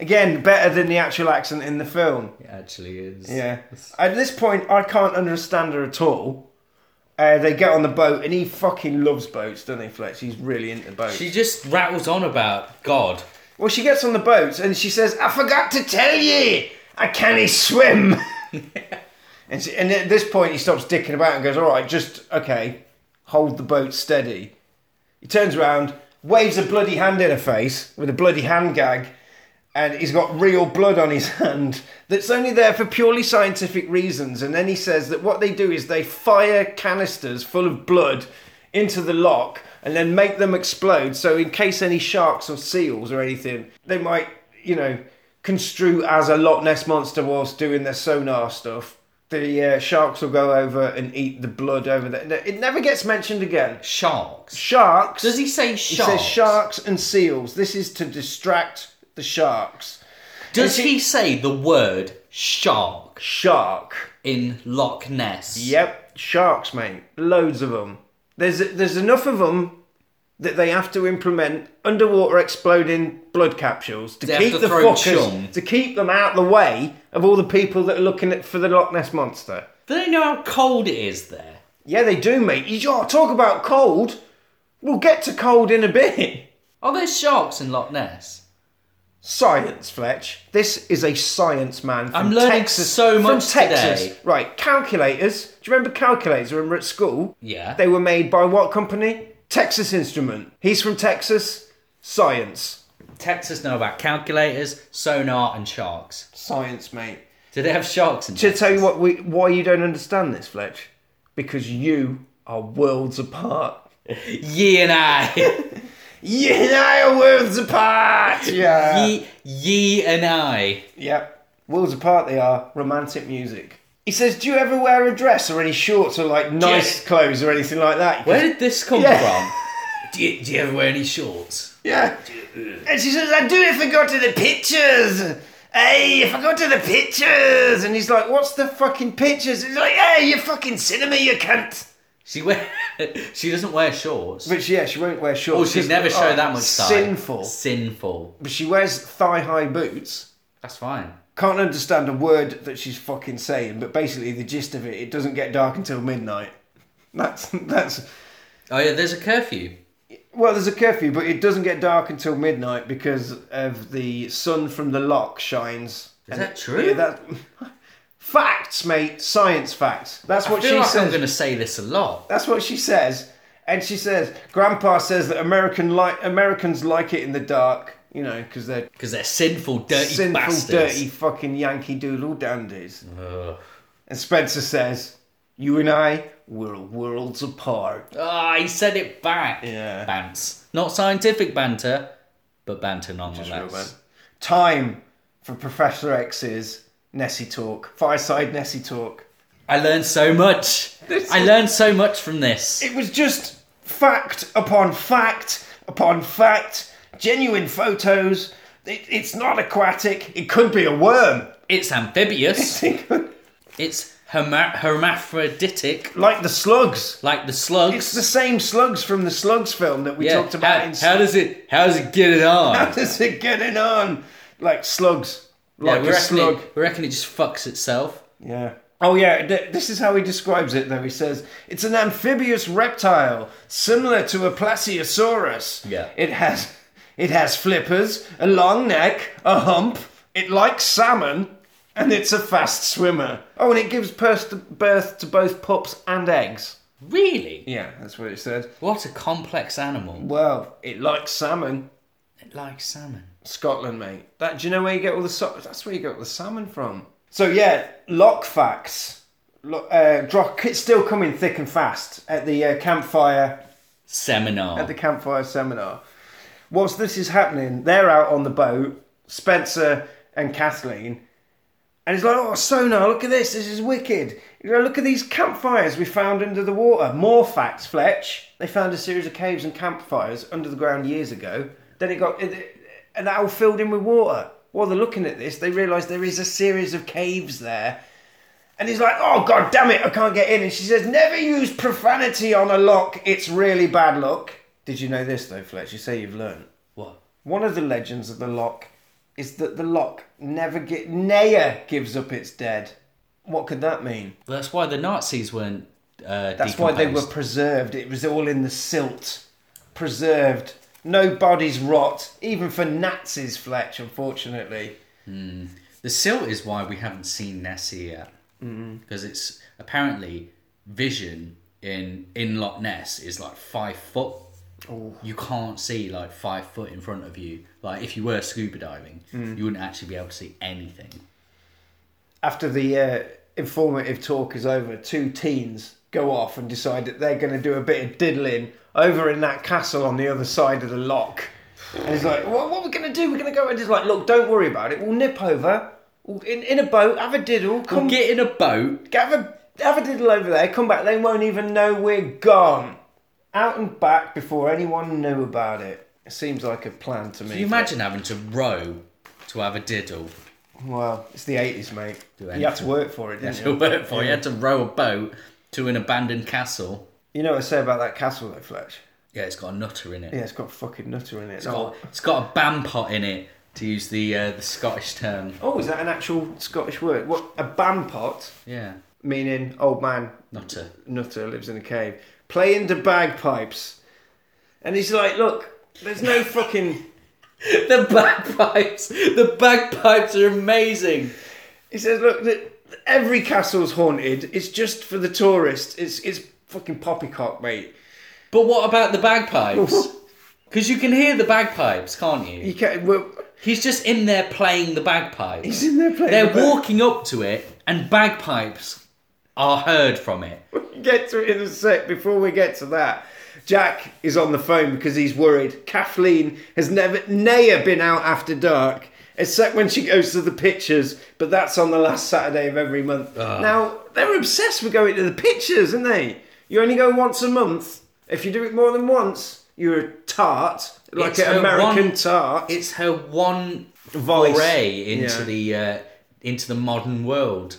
Again, better than the actual accent in the film.
It actually is.
Yeah. At this point, I can't understand her at all. Uh, they get on the boat, and he fucking loves boats, doesn't he, Fletch? He's really into boats.
She just rattles on about God.
Well, she gets on the boat and she says, "I forgot to tell ye, I can't swim." and, she, and at this point, he stops dicking about and goes, "All right, just okay, hold the boat steady." He turns around, waves a bloody hand in her face with a bloody hand gag, and he's got real blood on his hand that's only there for purely scientific reasons. And then he says that what they do is they fire canisters full of blood into the lock and then make them explode. So, in case any sharks or seals or anything, they might, you know, construe as a Loch Ness monster whilst doing their sonar stuff. The uh, sharks will go over and eat the blood over there. It never gets mentioned again.
Sharks.
Sharks.
Does he say
He
sharks?
says sharks and seals. This is to distract the sharks.
Does he say the word shark
Shark.
in Loch Ness?
Yep, sharks, mate. Loads of them. There's there's enough of them that they have to implement underwater exploding blood capsules to
They have
keep
to
the
throw
fuckers
chum.
to keep them out the way of all the people that are looking at, for the Loch Ness monster.
Do they know how cold it is there?
Yeah, they do, mate. You oh, talk about cold. We'll get to cold in a bit.
Are there sharks in Loch Ness?
Science, Fletch. This is a science man from
I'm learning
Texas.
so much
from Texas.
today.
Right, calculators. Do you remember calculators? Remember at school?
Yeah.
They were made by what company? Texas Instrument. He's from Texas. Science.
Texas know about calculators, sonar, and sharks.
Science, mate.
Do they have sharks in
Should I
Texas?
tell you what we, why you don't understand this, Fletch? Because you are worlds apart.
Ye and I.
You and I are worlds apart. Yeah.
ye, ye and I.
Yep. Worlds apart they are. Romantic music. He says, Do you ever wear a dress or any shorts or like nice
Yes.
clothes or anything like that?
Where did this come
Yeah.
from? Do you, do you ever wear any shorts?
Yeah. And she says, I do if I go to the pictures. Hey, if I go to the pictures. And he's like, What's the fucking pictures? He's like, Hey, you fucking cinema, you cunt.
She wear, She doesn't wear shorts.
But she, yeah, she won't wear shorts.
Oh, she'd
because-
never show
oh,
that much style.
Sinful.
Sinful.
But she wears thigh high boots.
That's fine.
Can't understand a word that she's fucking saying, but basically the gist of it, it doesn't get dark until midnight. That's that's
Oh yeah, there's a curfew.
well, there's a curfew, but it doesn't get dark until midnight because of the sun from the lock shines.
Is
And-
that true?
Yeah, that facts, mate. Science facts. That's
I
what
feel
she
like
says.
I'm going to say this a lot.
That's what she says. And she says, Grandpa says that American like Americans like it in the dark, you know, because they're
Because they're sinful, dirty
sinful,
bastards.
dirty fucking Yankee Doodle dandies.
Ugh.
And Spencer says, "You and I were worlds apart."
Ah, he said it back.
Yeah.
Bants. Not scientific banter, but banter nonetheless.
Time for Professor X's Nessie talk, fireside Nessie talk.
I learned so much.
This-
I learned so much from this.
It was just fact upon fact upon fact, genuine photos. It, it's not aquatic. It could be a worm.
It's amphibious. It's herma- hermaphroditic,
like the slugs.
like the slugs.
It's the same slugs from the slugs film that we
Yeah,
talked about.
how,
in
how does it? How does it get it
How
on?
does it getting on? Like slugs. Like
yeah, we
a
reckon
slug.
It, we reckon it just fucks itself.
Yeah. Oh, yeah. th- This is how he describes it, though. He says it's an amphibious reptile similar to a plesiosaurus.
Yeah.
It has, it has flippers, a long neck, a hump. It likes salmon, and it's a fast swimmer. Oh, and it gives pers- birth to both pups and eggs.
Really?
Yeah, that's what it said.
What a complex animal.
Well, it likes salmon.
It likes salmon.
Scotland, mate. That do you know where you get all the so- that's where you get all the salmon from. So yeah, lock facts. Lo- uh, Drock, it's still coming thick and fast at the uh, campfire
Seminar.
at the campfire seminar. Whilst this is happening, they're out on the boat, Spencer and Kathleen, and he's like, "Oh, sonar! Look at this. This is wicked. You know, look at these campfires we found under the water. More facts, Fletch. They found a series of caves and campfires under the ground years ago. Then it got, it- it- and that all filled in with water. While they're looking at this, they realise there is a series of caves there." And he's like, oh, god damn it, I can't get in. And she says, never use profanity on a lock, it's really bad luck. Did you know this, though, Fletch? You say you've learned.
what?
One of the legends of the lock is that the lock never get, ne'er gives up its dead. What could that mean?
That's why the Nazis weren't. Uh,
That's why they were
decomposed.
preserved. It was all in the silt. Preserved. No bodies rot, even for Nazis, Fletch, unfortunately.
The silt is why we haven't seen Nessie yet. Because it's apparently vision in in Loch Ness is like five foot. You can't see like five foot in front of you. Like if you were scuba diving,
Mm.
you wouldn't actually be able to see anything.
after the uh, informative talk is over, two teens go off and decide that they're going to do a bit of diddling over in that castle on the other side of the lock. And he's like, "What? What we're going to do? We're going to go." And he's like, "Look, don't worry about it. We'll nip over We'll- in in a boat, have a diddle, come
Get in a boat.
have a have a diddle over there, come back. They won't even know we're gone." Out and back before anyone knew about it. It seems like a plan to me.
Can you imagine having to row to have a diddle?
Well, it's the eighties, mate. You have to
anything.
work for it, didn't
To work for you had to row a boat to an abandoned castle.
You know what I say about that castle, though, Fletch?
Yeah, it's got a nutter in it.
Yeah, it's got a fucking nutter in it.
It's got, it's got a bam pot in it, to use the uh, the Scottish term.
Oh, is that an actual Scottish word? What a bampot,
Yeah,
meaning old man
nutter.
nutter lives in a cave, playing the bagpipes, and he's like, "Look, there's no fucking."
The bagpipes. The bagpipes are amazing.
He says, "Look, the, every castle's haunted. It's just for the tourists. It's it's fucking poppycock, mate.
But what about the bagpipes? Because you can hear the bagpipes, can't
You
you?
can't. Well,
He's just in there playing the bagpipes.
he's in there playing.
They're
the bag-
walking up to it, and bagpipes are heard from it.
get to it in a sec before we get to that. Jack is on the phone because he's worried. Kathleen has never, ne'er been out after dark, except when she goes to the pictures, but that's on the last Saturday of every month.
Ah.
Now, they're obsessed with going to the pictures, aren't they? You only go once a month. If you do it more than once, you're a tart, like
It's
an
her
American
one-
tart.
It's her one
Voice.
foray into
Yeah.
the uh, into the modern world.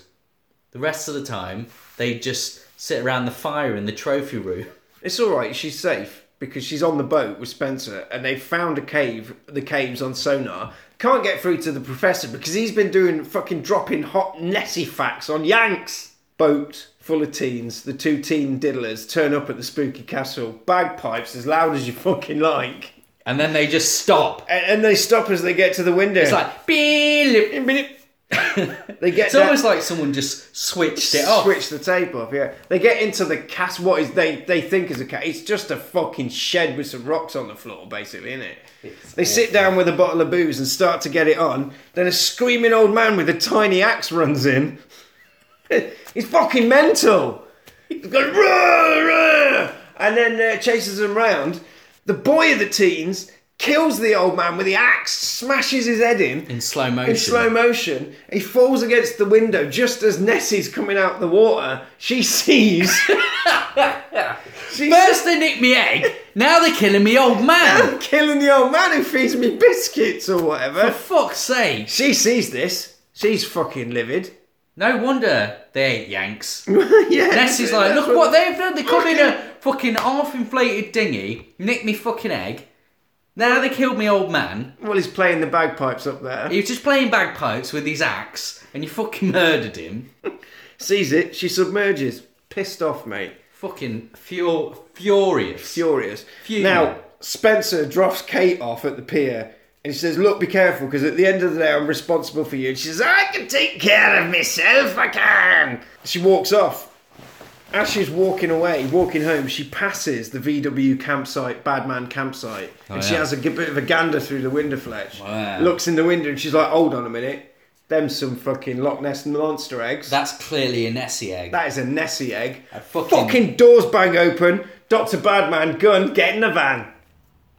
The rest of the time, they just sit around the fire in the trophy room.
It's all right. She's safe because she's on the boat with Spencer, and they found a cave. The caves on sonar can't get through to the professor because he's been doing fucking dropping hot Nessie facts on Yanks. Boat full of teens. The two teen diddlers turn up at the spooky castle. Bagpipes as loud as you fucking like,
And then they just stop.
and, and they stop as they get to the window.
It's like beep.
they get
It's
down-
almost like someone just switched it off.
Switch the tape off, yeah. They get into the cast. What is they they think is a cat? It's just a fucking shed with some rocks on the floor, basically, isn't it? they sit down with a bottle of booze and start to get it on. Then a screaming old man with a tiny axe runs in. He's fucking mental. He's going rah, rah, and then uh, chases them round. The boy of the teens kills the old man with the axe, smashes his head in
In slow motion.
in slow motion. He falls against the window just as Nessie's coming out the water. She sees. she
First they nick me egg, now they're killing me old
I'm
man.
killing the old man who feeds me biscuits or
For
whatever.
fuck's sake.
She sees this. She's fucking livid.
No wonder they ain't Yanks.
yeah.
Nessie's like,
that's
look what they've done. They come in a fucking half inflated dinghy, nick me fucking egg, Now they killed me, old man.
Well, he's playing the bagpipes up there.
He was just playing bagpipes with his axe, and you fucking murdered him.
Sees it, she submerges. Pissed off, mate.
Fucking fur- furious.
Furious.
Furious.
Now, Spencer drops Kate off at the pier and she says, Look, be careful, because at the end of the day, I'm responsible for you. And she says, I can take care of myself, I can. She walks off. As she's walking away, walking home, she passes the VW campsite, Badman campsite, and she
Oh, yeah.
has a g- bit of a gander through the window, Fletch.
Wow.
Looks in the window and she's like, Hold on a minute. Them's some fucking Loch Ness monster eggs.
That's clearly an Nessie egg.
That is a Nessie egg.
A fucking-
doors bang open. Doctor Badman, gun, get in the van.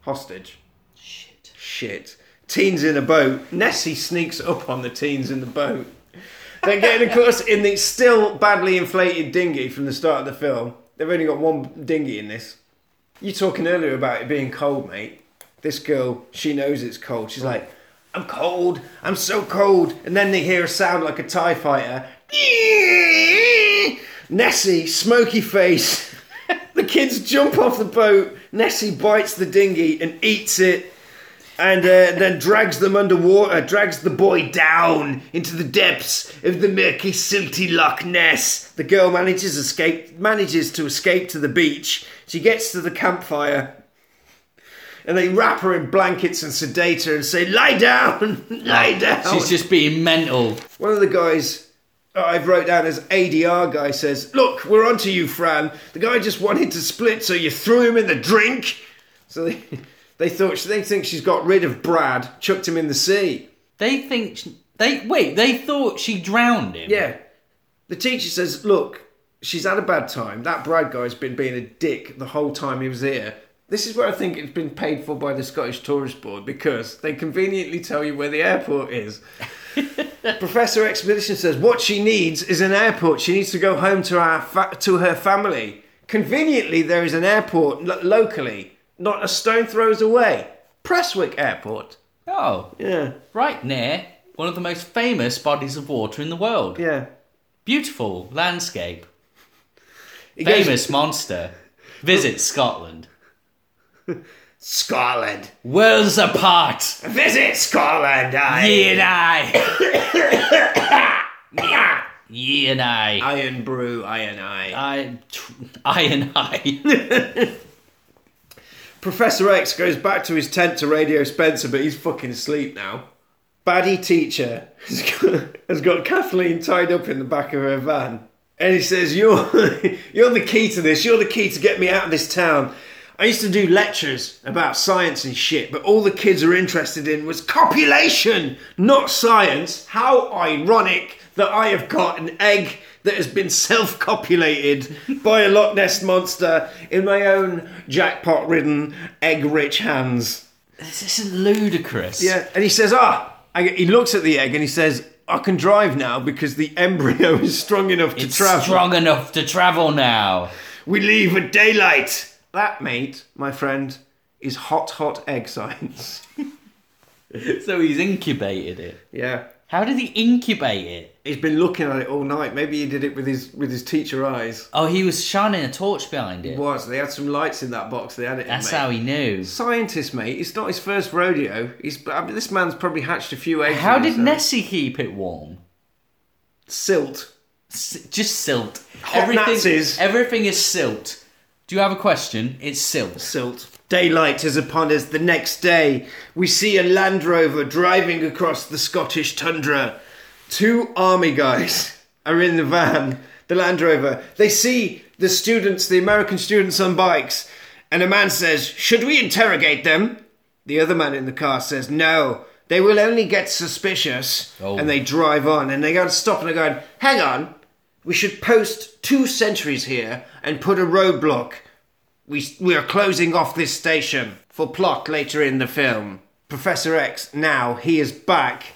Hostage.
Shit.
Shit. Teens in a boat. Nessie sneaks up on the teens in the boat. They're getting across in the still badly inflated dinghy from the start of the film. They've only got one dinghy in this. You talking earlier about it being cold, mate. This girl, she knows it's cold. She's like, I'm cold. I'm so cold. And then they hear a sound like a TIE fighter. Nessie, smoky face. the kids jump off the boat. Nessie bites the dinghy and eats it. And uh, then drags them underwater, drags the boy down into the depths of the murky, silty Loch Ness. The girl manages escape, manages to escape to the beach. She gets to the campfire, and they wrap her in blankets and sedate her and say, "Lie down, lie down."
She's just being mental.
One of the guys that I've wrote down as ADR guy says, "Look, we're onto you, Fran." The guy just wanted to split, so you threw him in the drink. So they, they thought they think she's got rid of Brad, chucked him in the sea.
They think sh they wait. They thought she drowned him.
Yeah. The teacher says, "Look, she's had a bad time. That Brad guy's been being a dick the whole time he was here." This is where I think it's been paid for by the Scottish Tourist Board because they conveniently tell you where the airport is. Professor Expedition says what she needs is an airport. She needs to go home to our fa- to her family. Conveniently, there is an airport lo- locally, not a stone throws away. Presswick Airport.
Oh,
Yeah,
right near one of the most famous bodies of water in the world.
yeah.
Beautiful landscape.
He goes-
Famous monster. Visit Scotland.
Scotland.
Worlds apart.
Visit Scotland. I.
Ye and I. Ye and I.
Iron Brew, Iron Eye.
I. tr- I and I.
Professor X goes back to his tent to radio Spencer, but he's fucking asleep now. Baddie teacher has got, has got Kathleen tied up in the back of her van. And he says, you're, you're the key to this. You're the key to get me out of this town. I used to do lectures about science and shit, but all the kids are interested in was copulation, not science. How ironic that I have got an egg that has been self copulated by a Loch Ness monster in my own jackpot ridden, egg rich hands.
this is ludicrous.
Yeah, and he says, "Ah." I, he looks at the egg and he says, "I can drive now because the embryo is strong enough to
It's
travel."
strong enough to travel now.
We leave at daylight. That, mate, my friend, is hot, hot egg science.
So he's incubated it.
yeah,
How did he incubate it?
he's been looking at it all night. Maybe he did it with his with his teacher eyes.
Oh, he was shining a torch behind it.
Was they had some lights in that box? They had it.
That's
in, mate.
how he knew.
Scientist, mate. It's not his first rodeo. He's I mean, this man's probably hatched a few eggs.
How
in
did
himself.
Nessie keep it warm?
silt?
S- just silt.
Hot Nazis.
everything is silt. Do you have a question? It's silt.
silt. Daylight is upon us the next day. We see a Land Rover driving across the Scottish tundra. Two army guys are in the van, the Land Rover. They see the students, the American students on bikes, and a man says, Should we interrogate them? The other man in the car says, No, they will only get suspicious.
Oh.
And they drive on, and they go to stop and they're going, Hang on, we should post two sentries here and put a roadblock. We, we are closing off this station for plot later in the film. Professor X, now he is back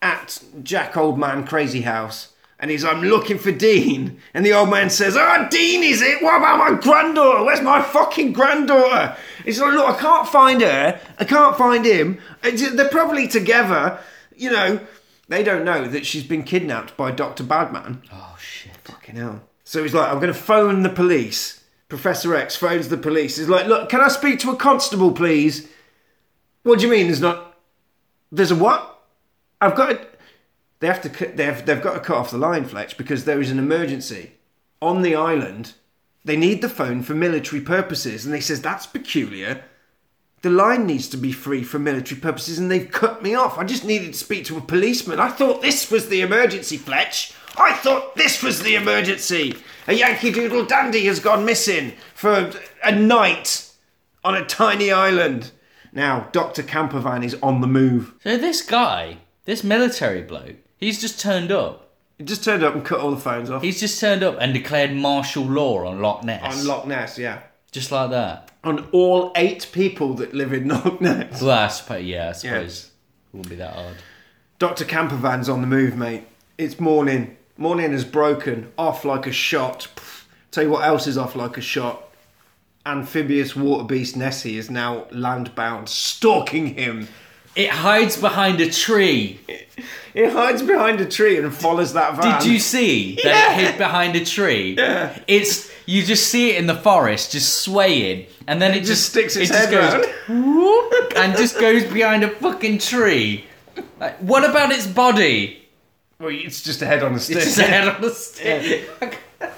at Jack Old Man Crazy House. And he's, I'm looking for Dean. And the old man says, Oh, Dean is it? What about my granddaughter? Where's my fucking granddaughter? He's like, Look, I can't find her. I can't find him. It's- They're probably together. You know, they don't know that she's been kidnapped by Dr. Badman.
Oh shit.
Fucking hell. So he's like, I'm going to phone the police. Professor X phones the police. He's like, Look, can I speak to a constable, please? What do you mean? There's not. There's a what? I've got. A, they have to. cut- They've they've got to cut off the line, Fletch, because there is an emergency on the island. They need the phone for military purposes, and they says that's peculiar. The line needs to be free for military purposes, and they've cut me off. I just needed to speak to a policeman. I thought this was the emergency, Fletch. I thought this was the emergency. A Yankee Doodle dandy has gone missing for a, a night on a tiny island. Now, Dr. Campervan is on the move.
So this guy, this military bloke, he's just turned up.
He just turned up and cut all the phones off.
He's just turned up and declared martial law on Loch Ness.
on Loch Ness, yeah.
just like that.
On all eight people that live in Loch Ness.
Well, I suppose, yeah, I suppose it wouldn't be that hard.
Dr. Campervan's on the move, mate. It's morning. Morning is broken. Off like a shot. Pff. Tell you what else is off like a shot. Amphibious water beast Nessie is now landbound, stalking him.
It hides behind a tree.
It hides behind a tree and follows that van.
Did you see that it hid behind a tree? Yeah. It's you just see it in the forest, just swaying, and then it,
just sticks its
it just
head
goes whoop, and just goes behind a fucking tree. Like, what about its body?
Well, it's just a head on a stick.
It's just a head on a stick.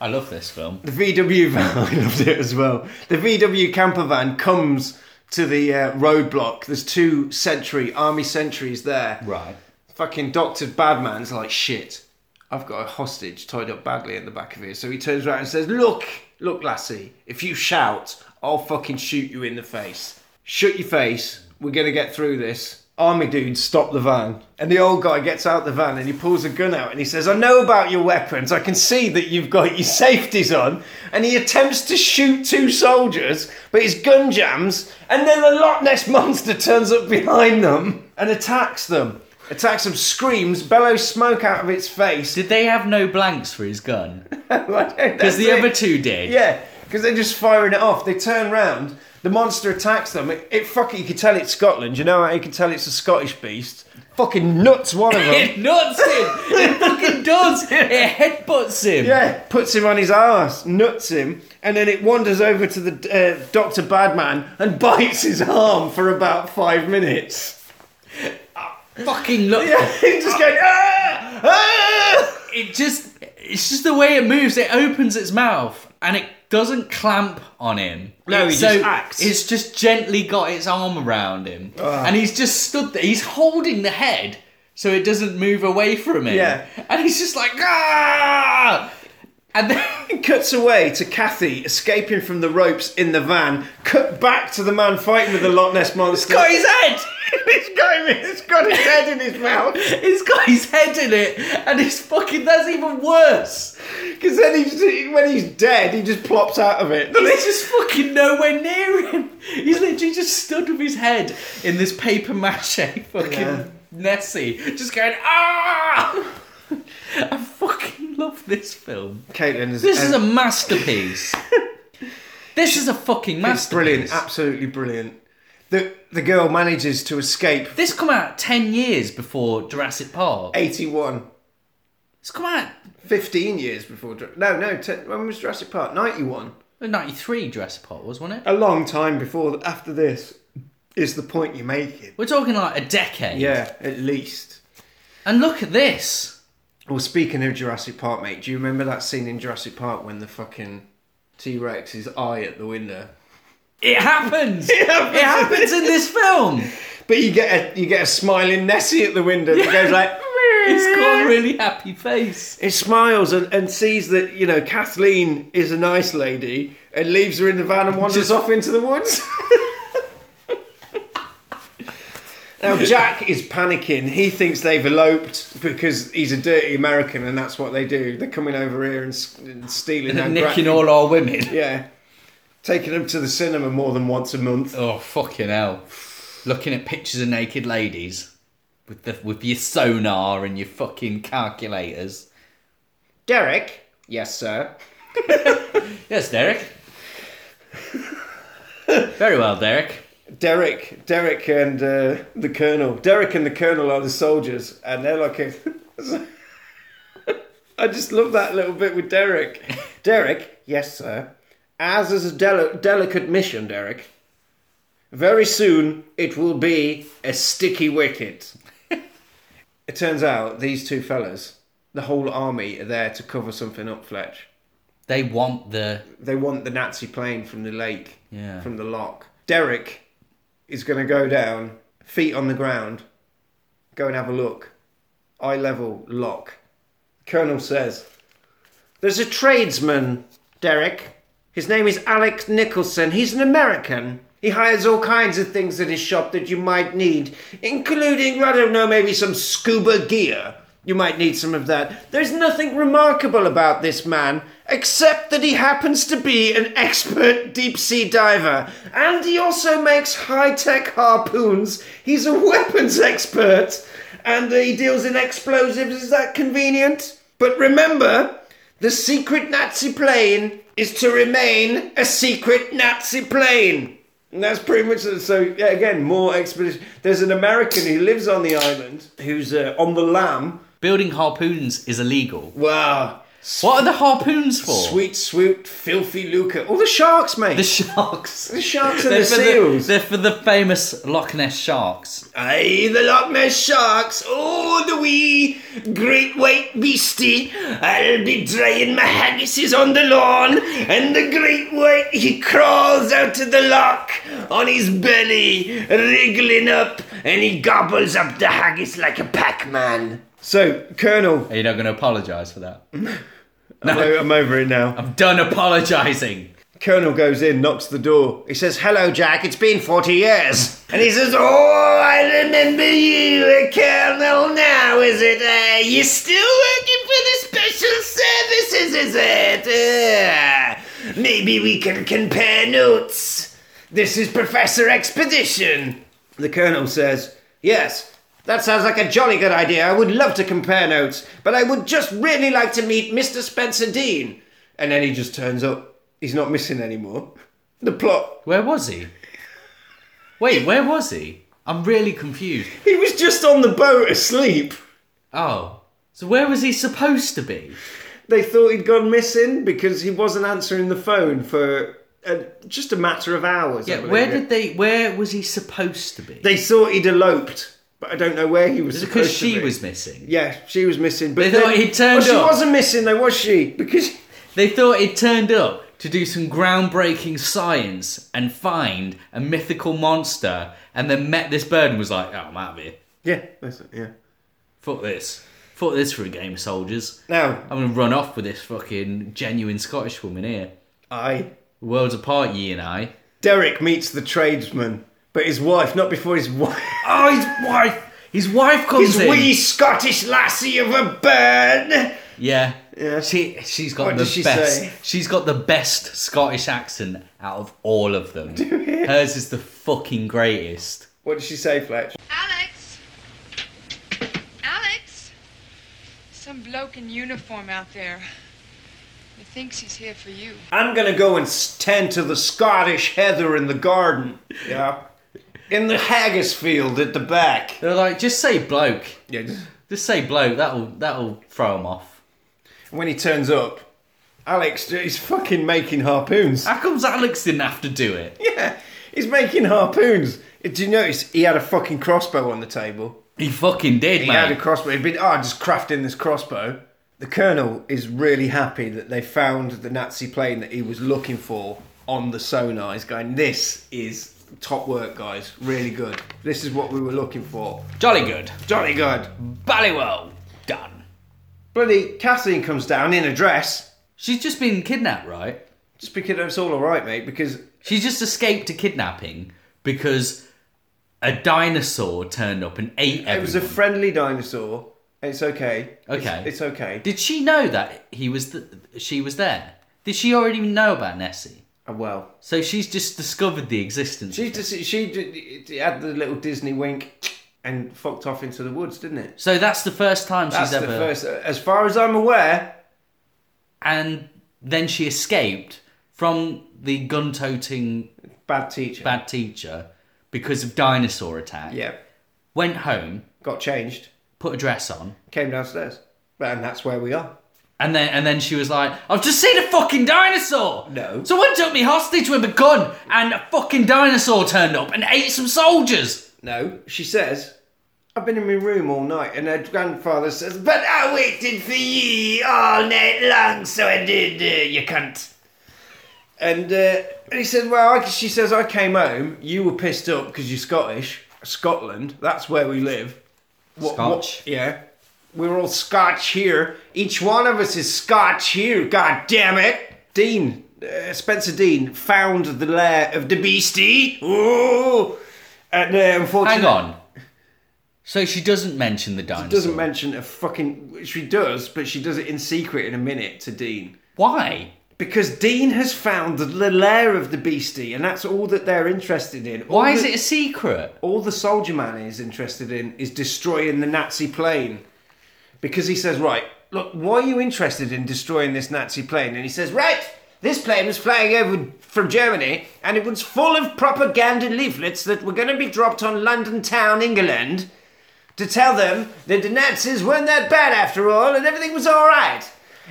I love this film.
The VW van, I loved it as well. The VW camper van comes to the uh, roadblock. There's two sentry, army sentries there.
Right.
Fucking doctored badman's like, shit, I've got a hostage tied up badly at the back of here. So he turns around and says, look, look, lassie, if you shout, I'll fucking shoot you in the face. Shut your face. We're going to get through this. Army dude, stop the van. And the old guy gets out the van and he pulls a gun out and he says, I know about your weapons. I can see that you've got your safeties on. And he attempts to shoot two soldiers, but his gun jams. And then the Loch Ness monster turns up behind them and attacks them. Attacks them, screams, bellows smoke out of its face.
Did they have no blanks for his gun?
Because
Because the other two did.
yeah, because they're just firing it off. They turn round, the monster attacks them. It, it fucking, you can tell it's Scotland. You know how you can tell it's a Scottish beast. Fucking nuts one of them.
It nuts him. It fucking does. It headbutts him.
yeah, puts him on his ass, nuts him, and then it wanders over to the uh, Doctor Badman and bites his arm for about five minutes.
Fucking look.
Yeah, he's just going ah, ah!
It just it's just the way it moves. It opens its mouth and it doesn't clamp on him.
No, he
so
just acts. Ah.
It's just gently got its arm around him. And he's just stood there. He's holding the head so it doesn't move away from him.
Yeah.
And he's just like ah. And then
It cuts away to Kathy escaping from the ropes in the van. Cut back to the man fighting with the Loch Ness monster.
got his head.
He's got him. He's got his head in his mouth.
It's got his head in it, and it's fucking. That's even worse.
Because then he's when he's dead, he just plops out of it.
He's just fucking nowhere near him. He's literally just stood with his head in this paper mache fucking
Yeah.
Nessie, just going ah. I fucking love this film.
Caitlin is.
This is a masterpiece. this is a fucking
It's
masterpiece.
brilliant. Absolutely brilliant. The the girl manages to escape.
This come out ten years before Jurassic Park.
81.
It's come out
15 years before. Jur- No, no. T- when was Jurassic Park? 91.
ninety three. Jurassic Park was, wasn't it?
A long time before. After this, is the point you're making?
We're talking like a decade.
Yeah, at least.
And look at this.
Well, speaking of Jurassic Park, mate, do you remember that scene in Jurassic Park when the fucking T Rex's eye at the window?
It happens. It
happens.
happens, in this film.
But you get a you get a smiling Nessie at the window that goes like.
It's got a really happy face.
It smiles and, and sees that you know Kathleen is a nice lady and leaves her in the van and wanders off into the woods. now Jack is panicking. He thinks they've eloped because he's a dirty American and that's what they do. They're coming over here and, s- and stealing our
Nicking
gra-
all our women.
Yeah, taking them to the cinema more than once a month.
Oh fucking hell! Looking at pictures of naked ladies with the with your sonar and your fucking calculators.
Derek. Yes, sir.
Yes, Derek. Very well, Derek.
Derek, Derek, and uh, the Colonel. Derek and the Colonel are the soldiers, and they're like a. I just love that little bit with Derek. Derek, yes, sir. As is a deli- delicate mission, Derek. Very soon it will be a sticky wicket. it turns out these two fellas, the whole army, are there to cover something up, Fletch.
They want the
They want the Nazi plane from the lake,
Yeah.
from the lock. Derek is going to go down, feet on the ground, go and have a look. Eye level lock. Colonel says, There's a tradesman, Derek. His name is Alex Nicholson. He's an American. He hires all kinds of things at his shop that you might need, including, I don't know, maybe some scuba gear. You might need some of that. There's nothing remarkable about this man, except that he happens to be an expert deep sea diver. And he also makes high tech harpoons. He's a weapons expert. And he deals in explosives. Is that convenient? But remember, the secret Nazi plane is to remain a secret Nazi plane. And that's pretty much so. yeah, Again, more expedition. There's an American who lives on the island who's uh, on the lam.
building harpoons is illegal.
Wow,
What are the harpoons for?
sweet, swooped, filthy Luca. All the sharks, mate.
The sharks.
The sharks and the
for
seals.
they're for the famous Loch Ness sharks.
Aye, the Loch Ness sharks. Oh, the wee great white beastie. I'll be drying my haggises on the lawn, and the great white he crawls out of the lock on his belly, wriggling up, and he gobbles up the haggis like a Pac-Man. So, Colonel,
Are you not going to apologise for that?
I'm over it now.
I'm done apologising.
Colonel goes in, knocks the door. He says, Hello, Jack, it's been 40 years. And he says, Oh, I remember you, a colonel now, is it? Uh, you're still working for the special services, is it? Uh, maybe we can compare notes. This is Professor Expedition. The colonel says, Yes, that sounds like a jolly good idea. I would love to compare notes, but I would just really like to meet Mr. Spencer Dean. And then he just turns up. He's not missing anymore. The plot.
Where was he? Wait, where was he? I'm really confused.
He was just on the boat asleep.
Oh, so where was he supposed to be?
They thought he'd gone missing because he wasn't answering the phone for uh, just a matter of hours. I
Yeah,
believe.
where did they? Where was he supposed to be?
they thought he'd eloped? But I don't know where he was.
because
supposed to
she
be.
was missing.
Yeah, she was missing. But
They thought
then-
he turned
Well, she
up.
wasn't missing though, was she? Because
They thought it turned up to do some groundbreaking science and find a mythical monster, and then met this bird and was like, "Oh, I'm out of here.
yeah, that's it, yeah.
Fuck this. Fuck this for a game of soldiers.
Now
I'm gonna run off with this fucking genuine Scottish woman here.
I
Worlds apart, ye and I.
Derek meets the tradesman, but his wife not before his wife.
Oh, his wife. His wife comes
His
in.
wee Scottish lassie of a bird.
Yeah.
Yeah.
She she's got
What
the
does she
best.
say?
She's got the best Scottish accent out of all of them. Hers is the fucking greatest.
What did she say, Fletch?
Alex! Alex! Some bloke in uniform out there. He thinks he's here for you.
I'm gonna go and tend to the Scottish heather in the garden. Yeah. In the haggis field at the back.
They're like, just say bloke.
Yeah.
Just say bloke. That'll that'll throw them off.
When he turns up, Alex is fucking making harpoons.
How comes Alex didn't have to do it?
Yeah, he's making harpoons. Did you notice he had a fucking crossbow on the table?
He fucking did,
He
man.
had a crossbow. He'd been, oh, I'm just crafting this crossbow. The colonel is really happy that they found the Nazi plane that he was looking for on the sonar. He's going, this is top work, guys. Really good. This is what we were looking for.
Jolly good.
Jolly good.
Bally well done.
Bloody Kathleen comes down in a dress.
She's just been kidnapped, right?
Just because it's all alright, mate, because
She just escaped a kidnapping because a dinosaur turned up and ate everyone.
it was a friendly dinosaur. It's okay. It's-
Okay.
It's, okay.
Did she know that he was th- she was there? Did she already know about Nessie?
And Uh, well,
So she's just discovered the existence.
She just she d- d- had the little Disney wink and fucked off into the woods, didn't it?
so that's the first time
That's
she's
the
ever.
first. As far as I'm aware,
And then she escaped from the gun-toting
bad teacher.
bad teacher because of dinosaur attack.
Yeah,
Went home,
got changed,
put a dress on,
came downstairs, and that's where we are.
And then and then she was like, I've just seen a fucking dinosaur.
No.
Someone took me hostage with a gun, and a fucking dinosaur turned up and ate some soldiers.
No, she says, I've been in my room all night, and her grandfather says, But I waited for ye all night long, so I did, uh, you cunt. And, uh, and he says, Well, I, she says, I came home, you were pissed up because you're Scottish, Scotland, that's where we live. What,
Scotch.
yeah. We're all Scotch here. Each one of us is Scotch here, god damn it. Dean, uh, Spencer Dean, found the lair of the beastie. Ooh! And uh, unfortunately.
Hang on. So she doesn't mention the dinosaur.
doesn't mention a fucking. She does, but she does it in secret in a minute to Dean.
Why?
Because Dean has found the lair of the beastie, and that's all that they're interested in. All
Why is
the-
it a secret?
All the soldier man is interested in is destroying the Nazi plane. Because he says, right, look, why are you interested in destroying this Nazi plane? And he says, right, this plane was flying over from Germany and it was full of propaganda leaflets that were going to be dropped on London town, England, to tell them that the Nazis weren't that bad after all and everything was all right.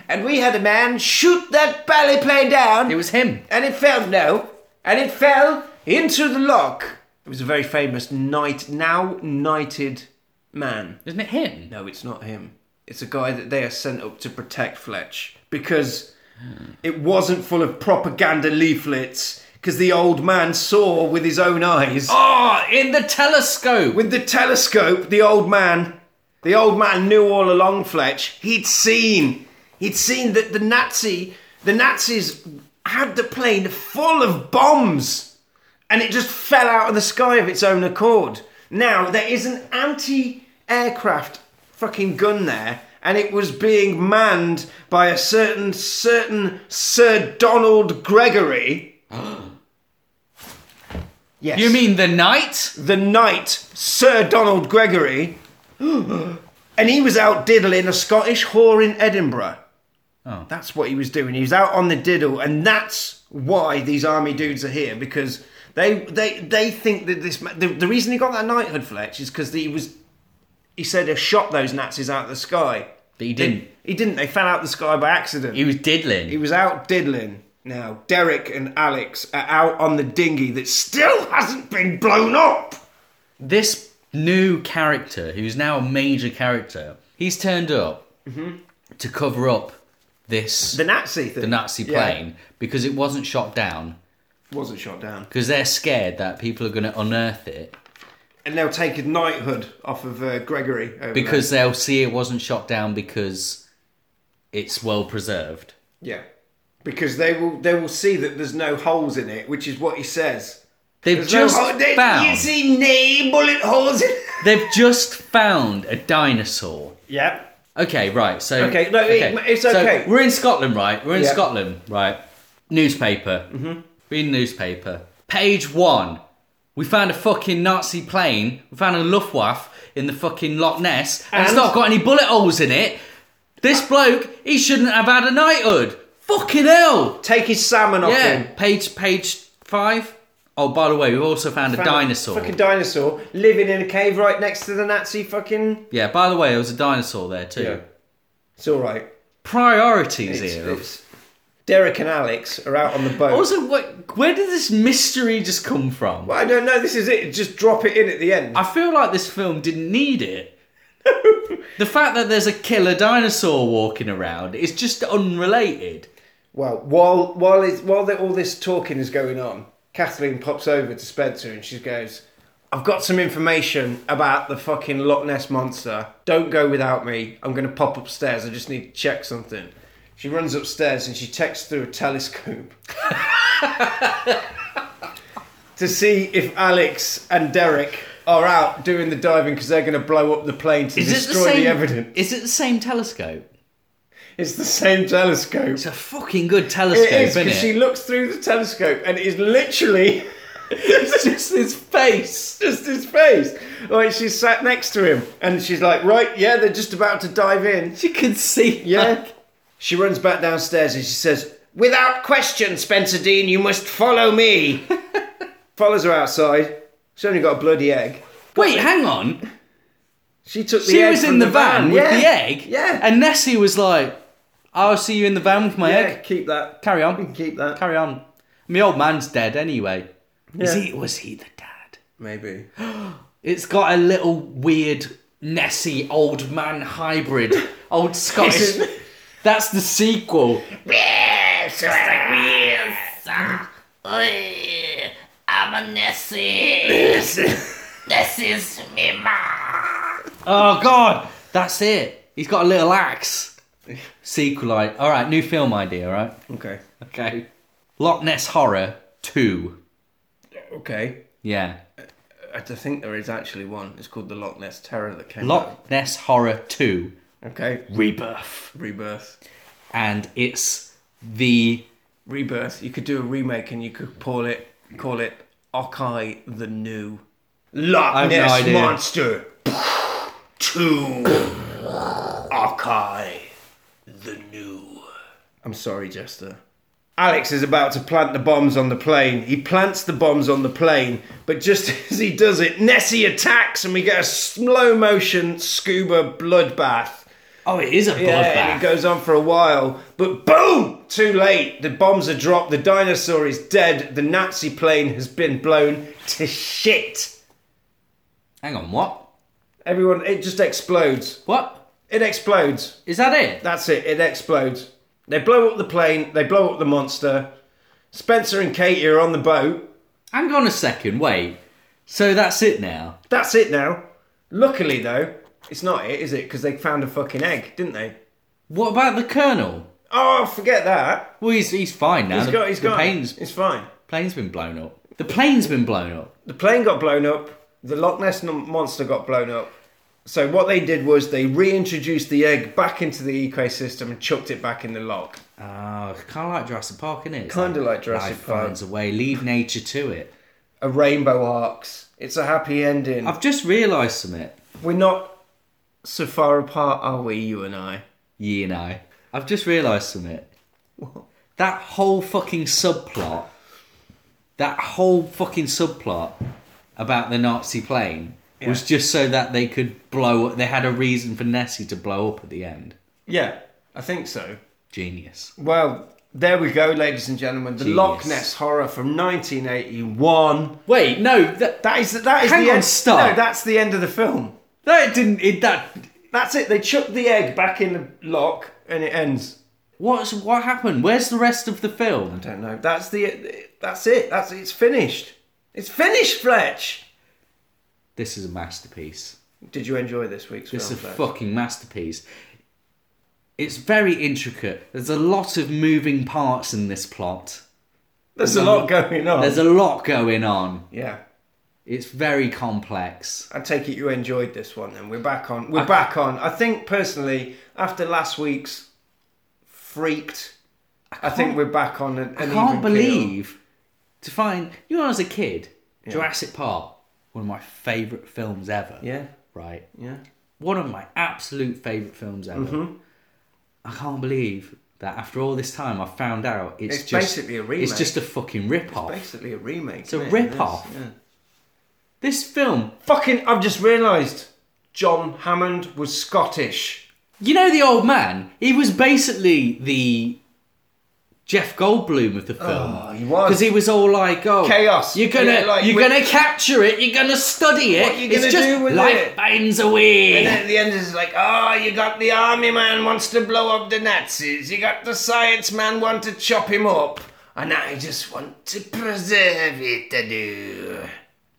And we had a man shoot that ballet plane down
It was him.
and it fell no, and it fell into the lock. It was a very famous knight, now knighted man.
Isn't it him?
No, it's not him. It's a guy that they are sent up to protect Fletch because it wasn't full of propaganda leaflets. Because the old man saw with his own eyes,
Oh, in the telescope.
with the telescope, the old man, the old man knew all along. Fletch, he'd seen, he'd seen that the Nazi, the Nazis had the plane full of bombs and it just fell out of the sky of its own accord. Now there is an anti-aircraft fucking gun there, and it was being manned by a certain certain Sir Donald Gregory. yes.
you mean the knight?
the knight Sir Donald Gregory? and he was out diddling a Scottish whore in Edinburgh.
Oh.
That's what he was doing. He was out on the diddle, and that's why these army dudes are here because they they they think that this ma- the, the reason he got that knighthood, Fletch, is because he was he said he shot those Nazis out of the sky.
But he didn't.
He didn't. They fell out of the sky by accident.
He was diddling.
He was out diddling. Now, Derek and Alex are out on the dinghy that still hasn't been blown up.
this new character, who's now a major character, he's turned up to cover up this
Mm-hmm. The Nazi thing.
the Nazi
Yeah.
plane because it wasn't shot down
wasn't shot down.
because they're scared that people are going to unearth it
And they'll take a knighthood off of uh, Gregory. Over
because they'll see it wasn't shot down because it's well preserved.
there. yeah, because they will they will see that there's no holes in it, which is what he says.
They've
There's
just
no hole. They- You
found.
see, nay bullet holes in.
They've just found a dinosaur.
yeah.
Okay, right. So
Okay, no, it- it's
So
okay.
we're in Scotland, right? We're in
Yeah.
Scotland, right? Newspaper. Mm-hmm. Reading newspaper. Page one. We found a fucking Nazi plane. We found a Luftwaffe in the fucking Loch Ness, and, it's
And-
not got any bullet holes in it. This bloke, he shouldn't have had a knighthood. Fucking hell!
Take his salmon off
Yeah.
him.
Page page five. Oh, by the way, we've also found, a
Found
dinosaur.
Fucking dinosaur living in a cave right next to the Nazi fucking.
yeah. By the way, there was a dinosaur there too.
It's all right.
Priorities
It's-
here.
it's- Derek and Alex are out on the boat.
Also, what, where did this mystery just come from?
I don't know. This is it. Just drop it in at the end.
I feel like this film didn't need it. the fact that there's a killer dinosaur walking around is just unrelated.
Well, while while it's, while the, all this talking is going on, Kathleen pops over to Spencer and she goes, "I've got some information about the fucking Loch Ness monster. Don't go without me. I'm going to pop upstairs. I just need to check something." She runs upstairs and she texts through a telescope to see if Alex and Derek are out doing the diving because they're going to blow up the plane to
Is it the
destroy
same?
the evidence.
Is it the same telescope?
It's the same telescope.
It's a fucking good telescope,
It is
isn't it?
because she looks through the telescope and it is literally it's
just his face.
just his face. Like she's sat next to him and she's like, right, yeah, they're just about to dive in.
You can see.
Yeah.
like-
She runs back downstairs and she says, Without question, Spencer Dean, you must follow me. Follows her outside. She's only got a bloody egg.
Wait, hang on.
She took the
She
egg
was
from
in the van, with
yeah.
the egg.
Yeah.
And Nessie was like, I'll see you in the van with my
yeah,
egg.
keep that.
Carry
You can
on.
keep that.
Carry on. My old man's dead anyway. Is
Yeah.
he? Was he the dad?
Maybe.
It's got a little weird Nessie old man hybrid, old Scottish.
Isn't-
That's the sequel. Oh God, that's it. He's got a little axe. Sequelite. All right, new film idea. all Right.
okay.
Okay. Loch Ness Horror Two.
Okay.
Yeah.
I d- think there is actually one. It's called the Loch Ness Terror that came out.
Loch Ness Horror Two
Okay.
Rebirth,
Rebirth.
and it's the
Rebirth. You could do a remake and you could call it call it Okai the New
I
Loch
have no
Ness
idea.
Monster Two Okai the New. I'm sorry, Jester. Alex is about to plant the bombs on the plane. He plants the bombs on the plane, but just as he does it, Nessie attacks and we get a slow motion scuba bloodbath.
oh, it is a bloodbath.
Yeah, and it goes on for a while, but boom! Too late. The bombs are dropped. The dinosaur is dead. The Nazi plane has been blown to shit.
Hang on, what?
Everyone, it just explodes.
What
It explodes.
is that? It?
That's it. It explodes. They blow up the plane. They blow up the monster. Spencer and Katie are on the boat.
Hang on a second. Wait. So that's it now.
That's it now. Luckily though, it's not it, is it? Because they found a fucking egg, didn't they?
What about the Colonel?
Oh, forget that.
Well, he's he's fine now.
He's
the,
got. He's
the
got.
plane's
It's fine.
plane's been blown up. The plane's been blown up.
the plane got blown up. The Loch Ness n- monster got blown up. So what they did was they reintroduced the egg back into the ecosystem and chucked it back in the loch.
Oh, kind of like Jurassic Park, isn't it? It's
Kinda like Jurassic
life
Park.
finds a way. Leave nature to it.
A rainbow arcs. It's a happy ending.
I've just realised something.
We're not so far apart, are we? You and I.
You know, I've just realised something. That whole fucking subplot. That whole fucking subplot about the Nazi plane was just so that they could blow. They had a reason for Nessie to blow up at the end.
Yeah, I think so.
Genius.
Well, there we go, ladies and gentlemen. The
Genius.
Loch Ness horror from 1981.
Wait, no, that
That is that is
Hang
the
on,
end.
stop.
No, that's the end of the film.
that didn't. It, that
That's it. They chucked the egg back in the lock, and it ends.
what's what happened? Where's the rest of the film?
don't know. That's the. That's it. That's it's finished. It's finished, Fletch.
This is a masterpiece.
Did you enjoy this week's
It's a
film, Fletch?
fucking masterpiece. It's very intricate. There's a lot of moving parts in this plot.
There's a lot going on.
There's a lot going on.
yeah.
It's very complex.
I take it you enjoyed this one. Then we're back on. We're back on. I think personally, after last week's freaked, I, think
can't-
we're back on. An,
I
an
can't
even keel.
believe to find you know as a kid, Jurassic Park, one of my favourite films ever.
Yeah.
Right.
Yeah.
One of my absolute favourite films ever.
Mm-hmm.
I can't believe that after all this time I found out it's,
It's
just
basically a remake.
It's just a fucking rip off.
Basically, a remake. It's
a rip-off. This film
Fucking! I've just realised John Hammond was Scottish.
You know the old man. He was basically the Jeff Goldblum of the film.
Oh, he was.
because he was all like, "Oh,
Chaos.
You're gonna,
Yeah, like,
you're
we-
gonna capture it. You're gonna study it.
What you gonna
it's just
do with
life
it?"
finds a way."
And then at the end, it's like, oh, you got the army man wants to blow up the Nazis. You got the science man want to chop him up. And I just want to preserve it to do.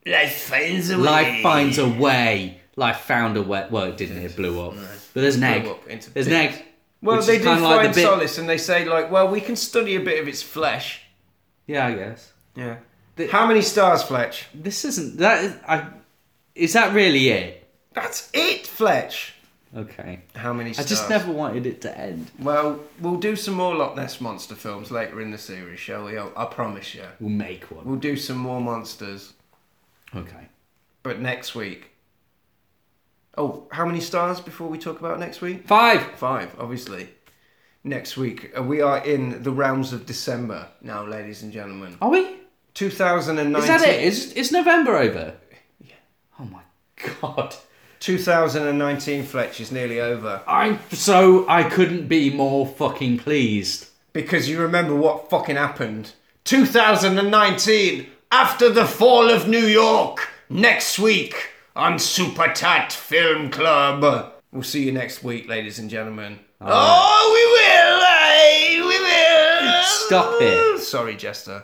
Life finds a way.
life finds a way. Life found a way. Well, it didn't. It blew up. But there's an egg.
up into
There's an egg.
Well,
which
they
is
do
kinda
find
like the bit-
solace and they say, like, well, we can study a bit of its flesh.
Yeah, I guess
Yeah.
The-
How many stars, Fletch?
this isn't that. Is, I is that really it?
That's it, Fletch.
Okay.
How many
I
stars?
just never wanted it to end.
Well, we'll do some more Loch Ness monster films later in the series, shall we? I I promise you.
We'll make one.
We'll do some more monsters.
Okay.
But next week. Oh, how many stars before we talk about next week?
Five.
Five, obviously. Next week. Uh, We are in the realms of December now, ladies and gentlemen.
Are we?
2019.
Is that it? Is, is November over? Yeah. Oh my god.
2019 Fletch is nearly over
I so I couldn't be more fucking pleased.
because you remember what fucking happened. 2019 after the fall of New York next week on Super Tat Film Club. We'll see you next week, ladies and gentlemen. Oh, we will! eh? we will!
Stop it.
Sorry, Jester.